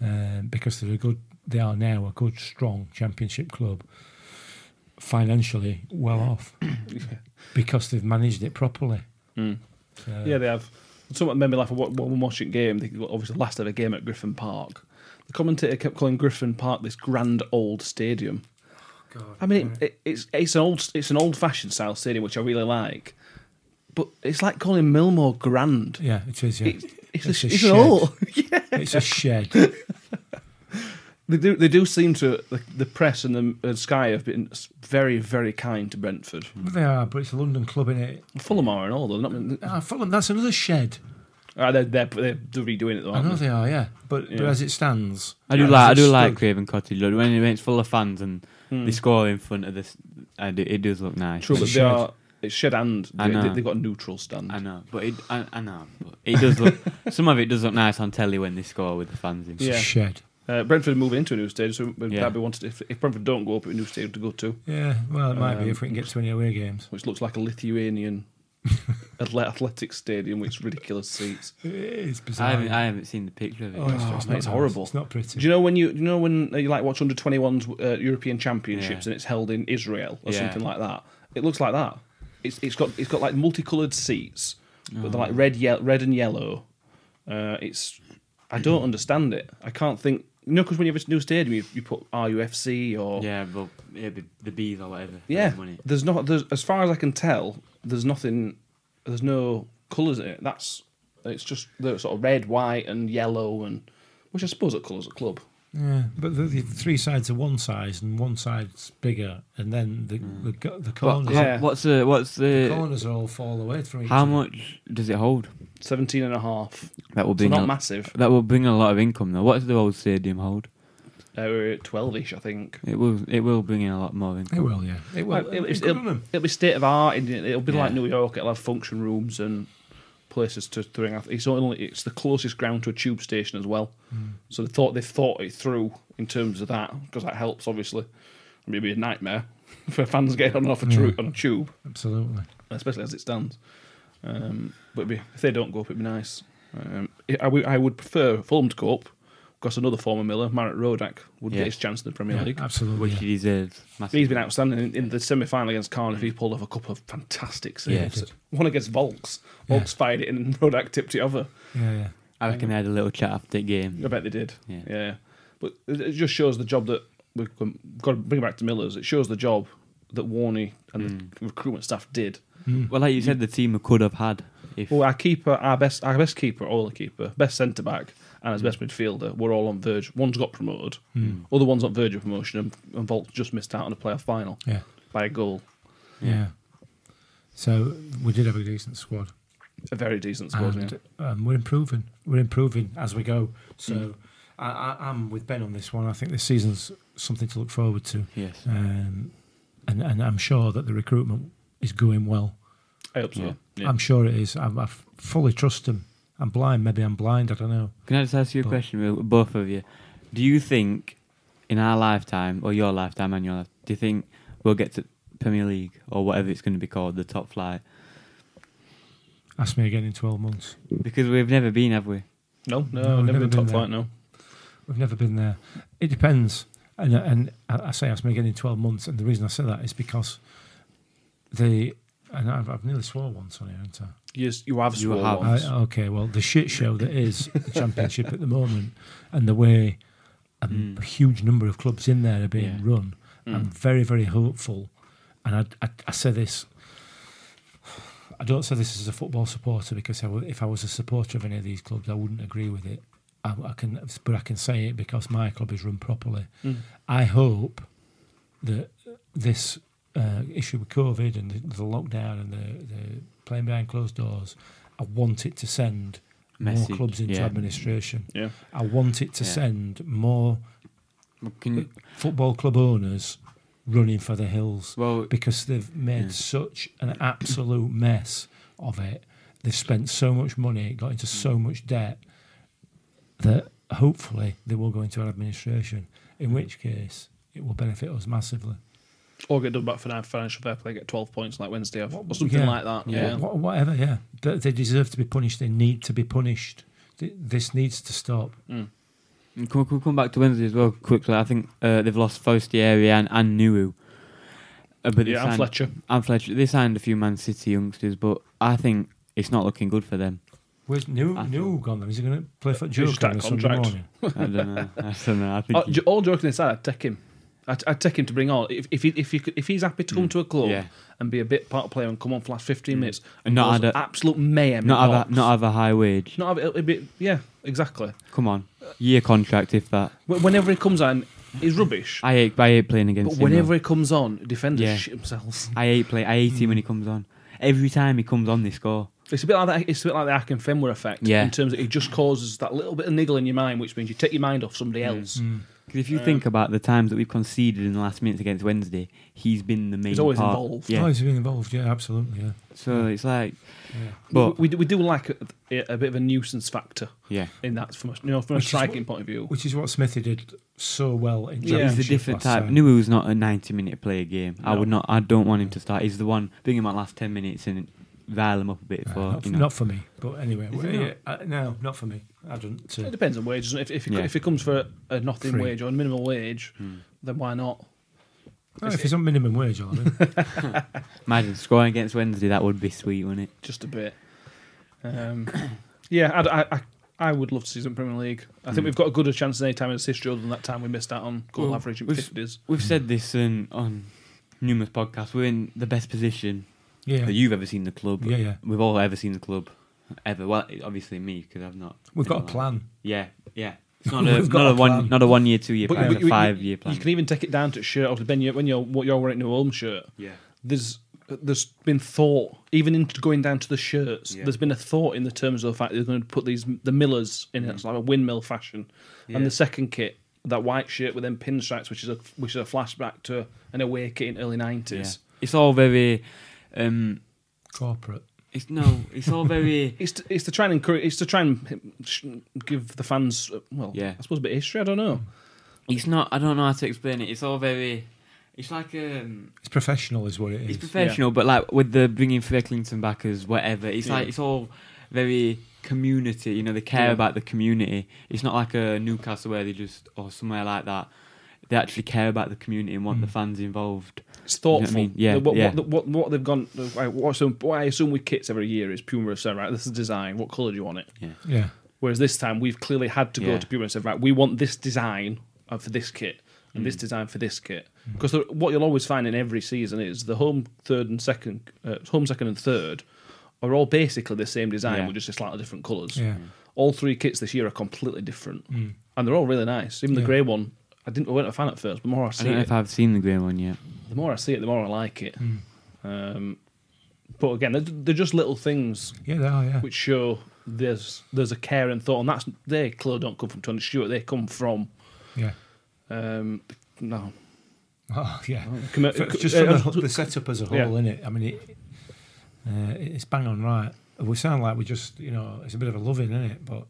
Speaker 4: um, because they're a good, they are now a good, strong championship club, financially well off because they've managed it properly.
Speaker 2: Mm.
Speaker 4: So,
Speaker 2: Yeah, they have. Something made me laugh. I wa- One watching game, they obviously last ever game at Griffin Park. The commentator kept calling Griffin Park this grand old stadium. I mean, it, it, it's it's an old it's an old fashioned style stadium, which I really like. But it's like calling Millmore grand.
Speaker 4: yeah, it is. Yeah.
Speaker 2: It's, it's, a, it's
Speaker 4: It's a
Speaker 2: an
Speaker 4: shed.
Speaker 2: old.
Speaker 4: it's a shed.
Speaker 2: They do they do seem to the, the press and the and Sky have been s- very very kind to Brentford.
Speaker 4: But they are, but it's a London club in it.
Speaker 2: Fulham are and all though. Not,
Speaker 4: Ah, Fulham, that's another shed.
Speaker 2: Ah, they're, they're they're redoing it though.
Speaker 4: I
Speaker 2: aren't
Speaker 4: know they are, yeah. But,
Speaker 2: Yeah.
Speaker 4: but as it stands,
Speaker 3: I do
Speaker 4: as
Speaker 3: like I
Speaker 4: it
Speaker 3: do like
Speaker 4: stood-
Speaker 3: Craven Cottage look, when it's full of fans and
Speaker 2: Hmm.
Speaker 3: they score in front of this. I do, it does look nice.
Speaker 2: True,
Speaker 4: It's a
Speaker 2: but they
Speaker 4: shed.
Speaker 2: are. It's shed and
Speaker 3: I
Speaker 2: they,
Speaker 3: know.
Speaker 2: they, have got a neutral stand.
Speaker 3: I know, but it I, I know, but it does look. some of it does look nice on telly when they score with the fans in.
Speaker 4: It's
Speaker 2: Yeah.
Speaker 4: a shed.
Speaker 2: Uh, Brentford are moving into a new stadium, so
Speaker 3: Yeah.
Speaker 2: that'd be wanted if, if Brentford don't go up, it'd be a new stadium to go to,
Speaker 4: Yeah, well, it might
Speaker 2: Um,
Speaker 4: be if we can get to any away games.
Speaker 2: which looks like a Lithuanian athle- athletic stadium with ridiculous seats.
Speaker 4: It's
Speaker 3: I
Speaker 4: bizarre.
Speaker 3: haven't I haven't seen the picture of it.
Speaker 4: Oh,
Speaker 2: Oh, mate,
Speaker 4: not
Speaker 2: it's
Speaker 4: nice.
Speaker 2: horrible.
Speaker 4: It's not pretty.
Speaker 2: Do you know when you, do you know when uh, you like watch under 21s uh, European Championships
Speaker 3: Yeah.
Speaker 2: and it's held in Israel or
Speaker 3: Yeah.
Speaker 2: something like that? It looks like that. It's it's got it's got like multicolored seats, but
Speaker 3: Oh.
Speaker 2: they're like red ye- red and yellow. Uh, it's I
Speaker 3: Hmm.
Speaker 2: don't understand it. I can't think. You know, because when you have a new stadium, you, you put RUFC or
Speaker 3: Yeah, but it'd be the bees or whatever.
Speaker 2: Yeah,
Speaker 3: wouldn't it?
Speaker 2: there's not. There's, as far as I can tell, there's nothing. There's no colours in it. That's. It's just the sort of red, white, and yellow, and which I suppose it colours a club.
Speaker 4: Yeah, but the, the three sides are one size and one side's bigger, and then the the, co- the corners
Speaker 2: yeah.
Speaker 3: What's the what's
Speaker 4: the
Speaker 3: the
Speaker 4: corners all fall away from each
Speaker 3: how
Speaker 4: other.
Speaker 3: much does it hold?
Speaker 2: Seventeen and a half.
Speaker 3: That will
Speaker 2: So
Speaker 3: bring
Speaker 2: not
Speaker 3: a,
Speaker 2: massive.
Speaker 3: that will bring a lot of income though. What's the old stadium hold?
Speaker 2: Uh, we're at twelve-ish, I think.
Speaker 3: It will it will bring in a lot more income.
Speaker 4: It will, yeah. It will.
Speaker 2: Well, it'll,
Speaker 4: Good
Speaker 2: it'll-
Speaker 4: on 'em.
Speaker 2: it'll be state of art. and it- It'll be like
Speaker 3: Yeah.
Speaker 2: New York. It'll have function rooms and places to throwing. out- It's only it's the closest ground to a tube station as well. So they thought they thought it through in terms of that because that helps obviously. I mean, it'd be a nightmare for fans getting on and off a tru- on a tube,
Speaker 4: Absolutely.
Speaker 2: especially as it stands. Um, but it'd be, if they don't go up, it'd be nice. Um, I would- I would prefer Fulham to go up because another former Miller, Marek Rodak, would
Speaker 3: Yeah.
Speaker 2: get his chance in the Premier
Speaker 4: Yeah,
Speaker 2: League.
Speaker 4: absolutely.
Speaker 3: Which
Speaker 4: Yeah.
Speaker 3: he deserves.
Speaker 2: He's
Speaker 3: massively.
Speaker 2: been outstanding in, in the semi final against Cardiff. He pulled off a couple of fantastic
Speaker 3: Yeah,
Speaker 2: saves.
Speaker 4: he did.
Speaker 2: One against Volks.
Speaker 4: Yeah.
Speaker 2: Volks fired it in and Rodak tipped it over.
Speaker 4: yeah, yeah.
Speaker 3: I reckon they had a little chat after the game.
Speaker 2: I bet they did.
Speaker 3: Yeah.
Speaker 2: But it it just shows the job that we've come- got to bring it back to Miller's. It shows the job that Warney and
Speaker 4: Mm.
Speaker 2: the recruitment staff did.
Speaker 3: Well, like you said, the team could have had if
Speaker 2: Well, our keeper, our best, our best keeper, all the keeper, best centre back, and
Speaker 4: Mm.
Speaker 2: his best midfielder were all on verge. One's got promoted, other one's on verge of promotion, and, and Volks just missed out on a playoff final
Speaker 4: Yeah.
Speaker 2: by a goal.
Speaker 4: Yeah. So we did have a decent squad.
Speaker 2: A very decent squad. yeah.
Speaker 4: And um, we're improving. We're improving as we go. So I, I, I'm with Ben on this one. I think this season's something to look forward to.
Speaker 3: yes.
Speaker 4: Um, and, and I'm sure that the recruitment is going well.
Speaker 2: I hope so.
Speaker 3: Yeah.
Speaker 2: Yeah.
Speaker 4: I'm sure it is. I, I f- fully trust him. I'm blind. Maybe I'm blind. I don't know.
Speaker 3: Can I just ask you a
Speaker 4: But-
Speaker 3: question, Will, both of you? Do you think, in our lifetime, or your lifetime and your life, do you think we'll get to Premier League or whatever it's going to be called, the top flight?
Speaker 4: Ask me again in 12 months.
Speaker 3: Because we've never been, have we?
Speaker 2: No, no,
Speaker 4: No,
Speaker 2: never,
Speaker 4: we've
Speaker 2: never
Speaker 4: never
Speaker 2: been
Speaker 4: been
Speaker 2: top
Speaker 4: there.
Speaker 2: flight. No,
Speaker 4: We've never been there. It depends. And, and I I say ask me again in 12 months. And the reason I say that is because the. And I've, I've nearly swore once on here, haven't I?
Speaker 2: you, s- you have
Speaker 3: You
Speaker 2: swore
Speaker 3: have.
Speaker 2: once.
Speaker 4: I, um, okay, well, the shit show that is the championship at the moment, and the way a m-
Speaker 3: Mm.
Speaker 4: huge number of clubs in there are being
Speaker 3: Yeah.
Speaker 4: run, I'm very, very hopeful. And I, I, I say this I don't say this as a football supporter because I w- if I was a supporter of any of these clubs, I wouldn't agree with it. I, I can, but I can say it because my club is run properly. I hope that this uh, issue with COVID and the, the lockdown and the, the playing behind closed doors, I want it to send
Speaker 3: Message,
Speaker 4: more clubs into
Speaker 3: yeah.
Speaker 4: administration.
Speaker 2: Yeah.
Speaker 4: I want it to
Speaker 3: Yeah.
Speaker 4: send more
Speaker 3: Well, Can you,
Speaker 4: football club owners running for the hills
Speaker 3: well,
Speaker 4: because they've made
Speaker 3: Yeah.
Speaker 4: such an absolute mess of it. They've spent so much money, got into
Speaker 3: Mm.
Speaker 4: so much debt that hopefully they will go into an administration.
Speaker 3: Mm.
Speaker 4: In which case, it will benefit us massively.
Speaker 2: Or get done back for financial fair play, get 12 points like Wednesday have, or something
Speaker 4: Yeah.
Speaker 2: like that.
Speaker 3: Yeah.
Speaker 2: Yeah.
Speaker 4: Wha- whatever. Yeah, they, they deserve to be punished. They need to be punished. Th- This needs to stop.
Speaker 3: And Can we, can we come back to Wednesday as well quickly? I think uh, they've lost Forestieri and, and Nuru. Uh, but they
Speaker 2: Yeah, and
Speaker 3: signed-
Speaker 2: Fletcher.
Speaker 3: and Fletcher. They signed a few Man City youngsters, but I think it's not looking good for them.
Speaker 4: Where's new
Speaker 3: I
Speaker 4: new gone? Then is he going to play for
Speaker 2: He's just
Speaker 4: Joker on
Speaker 2: out
Speaker 4: a
Speaker 2: of
Speaker 4: Sunday
Speaker 2: contract.
Speaker 4: morning?
Speaker 3: I don't know. I don't know. I think.
Speaker 2: Oh,
Speaker 3: he-
Speaker 2: j- all joking aside, I'd take him. I'd, I'd take him to bring on. If if he, if, he, could- if he's happy to come to a club
Speaker 3: Hmm. yeah. Hmm.
Speaker 2: and be a bit part player and come on for the last 15 minutes
Speaker 3: And not
Speaker 2: cause
Speaker 3: had a-
Speaker 2: absolute mayhem. in
Speaker 3: not have
Speaker 2: box.
Speaker 3: a, not have a high wage.
Speaker 2: Not have it'll be, yeah, exactly.
Speaker 3: Come on, year contract if that.
Speaker 2: Wh- Whenever he comes on, he's rubbish.
Speaker 3: I hate I hate playing against
Speaker 2: But
Speaker 3: him. though.
Speaker 2: whenever he comes on, defenders
Speaker 3: Yeah.
Speaker 2: shit themselves.
Speaker 3: I hate play. I hate him when he comes on. Every time he comes on, they score.
Speaker 2: It's a bit like that. It's a bit like the Akin Fenwer effect.
Speaker 3: Yeah.
Speaker 2: In terms of it just causes that little bit of niggle in your mind, which means you take your mind off
Speaker 4: Mm.
Speaker 2: somebody else.
Speaker 3: Because if you think about the times that we've conceded in the last minutes against Wednesday, he's been the main.
Speaker 2: always
Speaker 3: part.
Speaker 2: involved.
Speaker 3: Yeah.
Speaker 4: Oh, he's been involved. Yeah, absolutely. Yeah.
Speaker 3: So it's like,
Speaker 4: yeah.
Speaker 3: but
Speaker 2: we, we, do- we do like a, a bit of a nuisance factor
Speaker 3: yeah,
Speaker 2: in that from a, you know, from a
Speaker 4: Which is what-
Speaker 2: striking point of view.
Speaker 4: Which is what Smithy did so well in
Speaker 2: Yeah.
Speaker 3: he's a
Speaker 4: championship
Speaker 3: different
Speaker 4: last
Speaker 3: type.
Speaker 4: time.
Speaker 3: Nuhu's not a ninety-minute player game. I
Speaker 2: No.
Speaker 3: would not. I don't want him to start. He's the one bring him out last ten minutes and rile him up a bit
Speaker 4: Uh,
Speaker 3: for
Speaker 4: not,
Speaker 3: you know.
Speaker 4: not for me, but anyway,
Speaker 3: Is it
Speaker 4: yeah, uh, no, not for me. I don't.
Speaker 2: It
Speaker 4: Uh,
Speaker 2: depends on wages. doesn't it? If if it,
Speaker 3: Yeah.
Speaker 2: if it comes for a, a nothing
Speaker 4: Free.
Speaker 2: wage or a minimal wage,
Speaker 3: Hmm.
Speaker 2: then why not?
Speaker 4: no, if he's on minimum wage, I'll have him.
Speaker 3: Imagine scoring against Wednesday. That would be sweet, wouldn't it?
Speaker 2: Just a bit. Um, yeah, I'd, I, I I would love to see some Premier League. I think
Speaker 3: Hmm.
Speaker 2: we've got a good chance any time in this history other than that time we missed out on goal
Speaker 3: Well,
Speaker 2: average in
Speaker 3: we've-
Speaker 2: fifties.
Speaker 3: We've said this um, on numerous podcasts. We're in the best position
Speaker 4: Yeah,
Speaker 3: that you've ever seen the club.
Speaker 4: yeah, yeah.
Speaker 3: We've all ever seen the club, ever. Well, obviously me because I've not.
Speaker 4: We've
Speaker 3: been
Speaker 4: got a
Speaker 3: alive.
Speaker 4: plan.
Speaker 3: Yeah, yeah. It's not a,
Speaker 4: We've got
Speaker 3: not a,
Speaker 4: a
Speaker 3: one
Speaker 4: plan.
Speaker 3: not a one year, two year
Speaker 2: But
Speaker 3: plan.
Speaker 2: you-
Speaker 3: It's a
Speaker 2: you-
Speaker 3: five year plan.
Speaker 2: You can even take it down to shirt. Obviously, Ben, you, when you're what you're wearing a New Ulm shirt,
Speaker 3: yeah.
Speaker 2: there's there's been thought even into going down to the shirts.
Speaker 3: Yeah.
Speaker 2: There's been a thought in the terms of the fact they're going to put these the millers in it, it's like a windmill fashion, and
Speaker 3: Yeah.
Speaker 2: the second kit that white shirt with them pinstripes, which is a which is a flashback to an away kit in early
Speaker 3: yeah.
Speaker 2: nineties.
Speaker 3: It's all very. Um,
Speaker 4: Corporate.
Speaker 3: it's no. It's all very.
Speaker 2: It's to, it's to try and encourage. It's to try and sh- give the fans uh, well,
Speaker 3: Yeah.
Speaker 2: I suppose a bit of history. I don't know.
Speaker 3: It's not. I don't know how to explain it. It's all very. It's like um,
Speaker 4: It's professional, is what it is.
Speaker 3: it's professional, but like with the bringing Clinton back as whatever. It's like
Speaker 2: Yeah.
Speaker 3: it's all very community. You know, they care
Speaker 2: Yeah.
Speaker 3: about the community. It's not like a Newcastle where they just or somewhere like that. They actually care about the community and
Speaker 2: Mm.
Speaker 3: want the fans involved.
Speaker 2: It's
Speaker 3: what I
Speaker 2: thoughtful.
Speaker 3: mean? Yeah,
Speaker 2: The- What,
Speaker 3: yeah.
Speaker 2: What, what, what they've gone. What, what I assume with kits every year is Puma have said, right, this is design. What colour do you want it?
Speaker 4: Yeah.
Speaker 2: Whereas this time we've clearly had to
Speaker 3: Yeah.
Speaker 2: go to Puma and said, right, we want this design uh, for this kit and
Speaker 3: Mm.
Speaker 2: this design for this kit. Because what you'll always find in every season is the home third and second, uh, home second and third, are all basically the same design
Speaker 3: Yeah.
Speaker 2: with just slightly different colours.
Speaker 4: Yeah. Mm.
Speaker 2: All three kits this year are completely different, and they're all really nice. Even the
Speaker 4: Yeah.
Speaker 2: grey one, I didn't, I wasn't a fan at first, but the more I
Speaker 3: I
Speaker 2: see
Speaker 3: don't know
Speaker 2: it,
Speaker 3: if I've seen the grey one yet.
Speaker 2: the more I see it, the more I like it.
Speaker 4: Hmm.
Speaker 2: Um, but again, they're, they're just little things
Speaker 4: Yeah, they are, yeah.
Speaker 2: which show there's there's a care and thought, and that's they clearly don't come from Tony Stewart. They come from
Speaker 4: yeah.
Speaker 2: um, no,
Speaker 4: Oh, yeah.
Speaker 2: commer-
Speaker 4: F-
Speaker 2: co-
Speaker 4: Just
Speaker 2: uh,
Speaker 4: from the,
Speaker 2: uh,
Speaker 4: whole- the setup as a whole,
Speaker 2: Yeah.
Speaker 4: innit? I mean, it, uh, it's bang on right. We sound like we just, you know, it's a bit of a loving, isn't it? But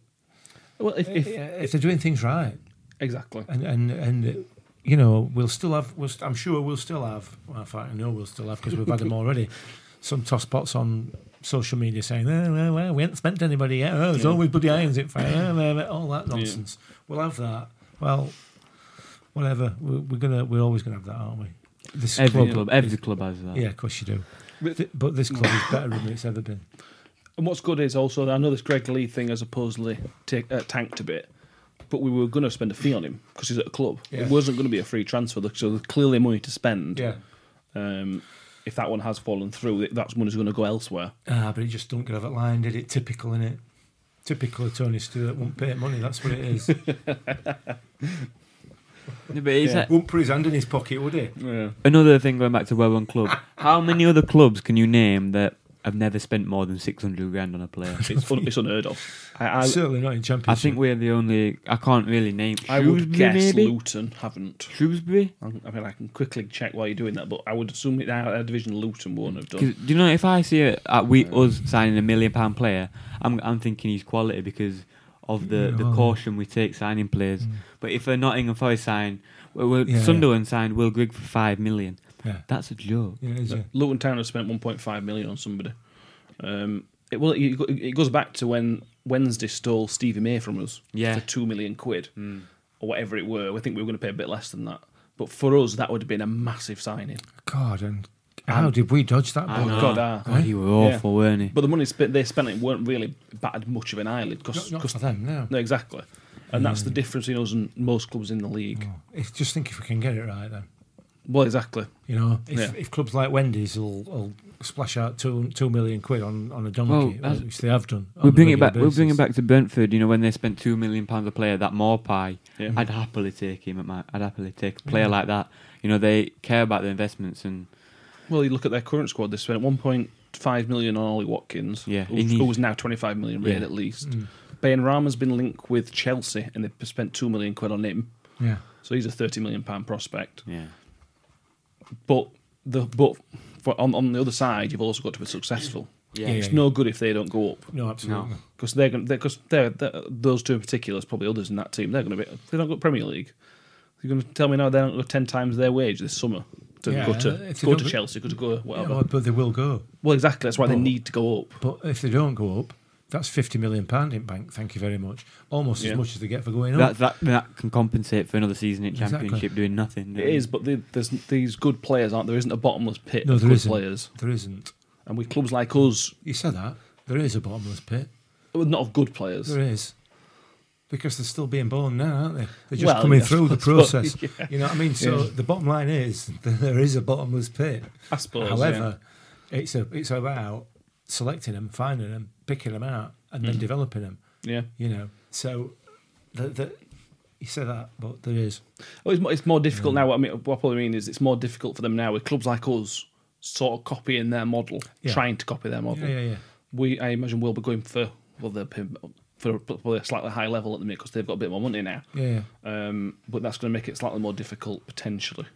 Speaker 2: well, if,
Speaker 4: if,
Speaker 2: if
Speaker 4: if they're doing things right,
Speaker 2: exactly,
Speaker 4: and and and uh, you know we'll still have we'll, st- I'm sure we'll still have well, in fact I know we'll still have because we've had them already some toss pots on social media saying oh, well, well, we haven't spent anybody yet oh, there's always bloody irons in fire oh, well, well," all that nonsense we'll have that well whatever we're, we're gonna we're always gonna have that aren't we this
Speaker 3: Every
Speaker 4: club
Speaker 3: club, every club has that.
Speaker 4: yeah of course you do
Speaker 2: But-
Speaker 4: Th- but this club is better than it's ever been
Speaker 2: and what's good is also that I know this Greg Lee thing has supposedly ta- uh, tanked a bit. But we were going to spend a fee on him because he's at a club.
Speaker 4: Yeah.
Speaker 2: It wasn't going to be a free transfer, so there's clearly money to spend. Um, if that one has fallen through, that- that money's going to go elsewhere.
Speaker 4: Ah, but he just don't get off it line, did it? Typical, in it. Typical of Tony Stewart. Won't pay money. That's what it is.
Speaker 3: No, but is
Speaker 2: Yeah.
Speaker 3: that-
Speaker 4: won't put his hand in his pocket, would he?
Speaker 2: Yeah.
Speaker 3: another thing going back to Well Run Club? How many other clubs can you name that have never spent more than 600 grand on a player?
Speaker 2: It's, un, it's unheard of. I, I,
Speaker 4: Certainly not in
Speaker 3: I
Speaker 4: championship.
Speaker 3: think we're the only. I can't really name.
Speaker 2: I
Speaker 3: Shrewsbury,
Speaker 2: would guess
Speaker 3: maybe?
Speaker 2: Luton haven't.
Speaker 3: Shrewsbury?
Speaker 2: I I mean, I can quickly check while you're doing that, but I would assume that our our division Luton won't have
Speaker 3: 'Cause
Speaker 2: done.
Speaker 3: do you know if I see a, a we us signing a million pound player, I'm I'm thinking he's quality because of the, the
Speaker 4: Yeah. Mm.
Speaker 3: caution we take signing players. But if a Nottingham Forest sign, well, well,
Speaker 4: Yeah,
Speaker 3: Sunderland signed Will Grigg for five million.
Speaker 4: Yeah.
Speaker 3: That's a joke.
Speaker 4: Yeah, is, yeah.
Speaker 2: Luton Town have spent 1.5 million on somebody. Um, it well, it, it goes back to when Wednesday stole Stevie May from us
Speaker 3: Yeah.
Speaker 2: for two million quid
Speaker 4: Mm.
Speaker 2: or whatever it were. I think we were going to pay a bit less than that, but for us, that would have been a massive signing.
Speaker 4: God, and how did we dodge that?
Speaker 3: I
Speaker 2: Oh,
Speaker 4: ball?
Speaker 3: know.
Speaker 2: God, ah.
Speaker 3: God, he were awful,
Speaker 2: Yeah.
Speaker 3: weren't he?
Speaker 2: But the money spent they spent it weren't really battered much of an eyelid
Speaker 4: Not,
Speaker 2: because
Speaker 4: not for Mm. them, no.
Speaker 2: no exactly, and that's the difference in us and most clubs in the league.
Speaker 4: Oh, It's just think if we can get it right, then.
Speaker 2: Well, exactly.
Speaker 4: You know, if,
Speaker 2: Yeah.
Speaker 4: if clubs like Wendy's will, will splash out two two million quid on, on a donkey,
Speaker 3: that's-
Speaker 4: which they have done. on
Speaker 3: We'll
Speaker 4: a
Speaker 3: bring it
Speaker 4: regular
Speaker 3: back. We'll bring it
Speaker 4: basis.
Speaker 3: back to Brentford. You know when they spent two million pounds a player, that Morpie,
Speaker 2: Yeah.
Speaker 3: I'd happily take him. At my, I'd happily take a player like that. You know they care about their investments and
Speaker 2: Well, you look at their current squad. They spent 1.5 million on Ollie Watkins,
Speaker 3: Yeah,
Speaker 2: who,
Speaker 3: and he-
Speaker 2: who was now 25 million rated
Speaker 3: Yeah.
Speaker 2: at least.
Speaker 4: Mm.
Speaker 2: Ben Rama's been linked with Chelsea, and they have spent two million quid on him.
Speaker 4: Yeah.
Speaker 2: So he's a 30 million pound prospect.
Speaker 3: yeah.
Speaker 2: But the but for, on on the other side, you've also got to be successful.
Speaker 4: Yeah,
Speaker 2: It's no good if they don't go up
Speaker 4: No, absolutely.
Speaker 2: because they're going because they're, they're those two in particular, there's probably others in that team. They're going to be if they don't go Premier League. You're going to tell me now they're not going to go ten times their wage this summer to
Speaker 4: Yeah,
Speaker 2: go to
Speaker 4: if they
Speaker 2: go
Speaker 4: don't
Speaker 2: to
Speaker 4: go-
Speaker 2: Chelsea, go to go
Speaker 4: Yeah,
Speaker 2: whatever.
Speaker 4: well, but they will go.
Speaker 2: well, exactly. That's why they
Speaker 4: But-
Speaker 2: need to go up.
Speaker 4: But if they don't go up, that's fifty million pound in bank. Thank you very much. Almost
Speaker 2: Yeah.
Speaker 4: as much as they get for going up.
Speaker 3: That, that that can compensate for another season at
Speaker 4: Exactly.
Speaker 3: Championship doing nothing.
Speaker 2: It is, but the, there's these good players aren't there? Isn't a bottomless pit
Speaker 4: No,
Speaker 2: of
Speaker 4: there
Speaker 2: good
Speaker 4: isn't.
Speaker 2: players,
Speaker 4: There isn't.
Speaker 2: and with clubs like us,
Speaker 4: You said that there is a bottomless pit.
Speaker 2: well, not of good players.
Speaker 4: There is. Because they're still being born now, aren't they? They're just
Speaker 2: Well,
Speaker 4: coming
Speaker 2: yes,
Speaker 4: through the
Speaker 2: I suppose,
Speaker 4: process. You know what I mean? So
Speaker 2: Yeah.
Speaker 4: the bottom line is there is a bottomless pit.
Speaker 2: I suppose.
Speaker 4: However, it's a, it's about selecting them, finding them, picking them out, and then developing them.
Speaker 2: yeah. yeah.
Speaker 4: You know, so the, the, you say that, but there is.
Speaker 2: Well, Oh, it's, more, it's more difficult now. What I mean, what I probably mean is, it's more difficult for them now with clubs like us sort of copying their model,
Speaker 4: Yeah.
Speaker 2: trying to copy their model.
Speaker 4: Yeah, yeah, yeah.
Speaker 2: We, I imagine, will be going for well, they're paying for probably a slightly high level at the minute because they've got a bit more money now.
Speaker 4: Yeah, yeah.
Speaker 2: Um, but that's going to make it slightly more difficult potentially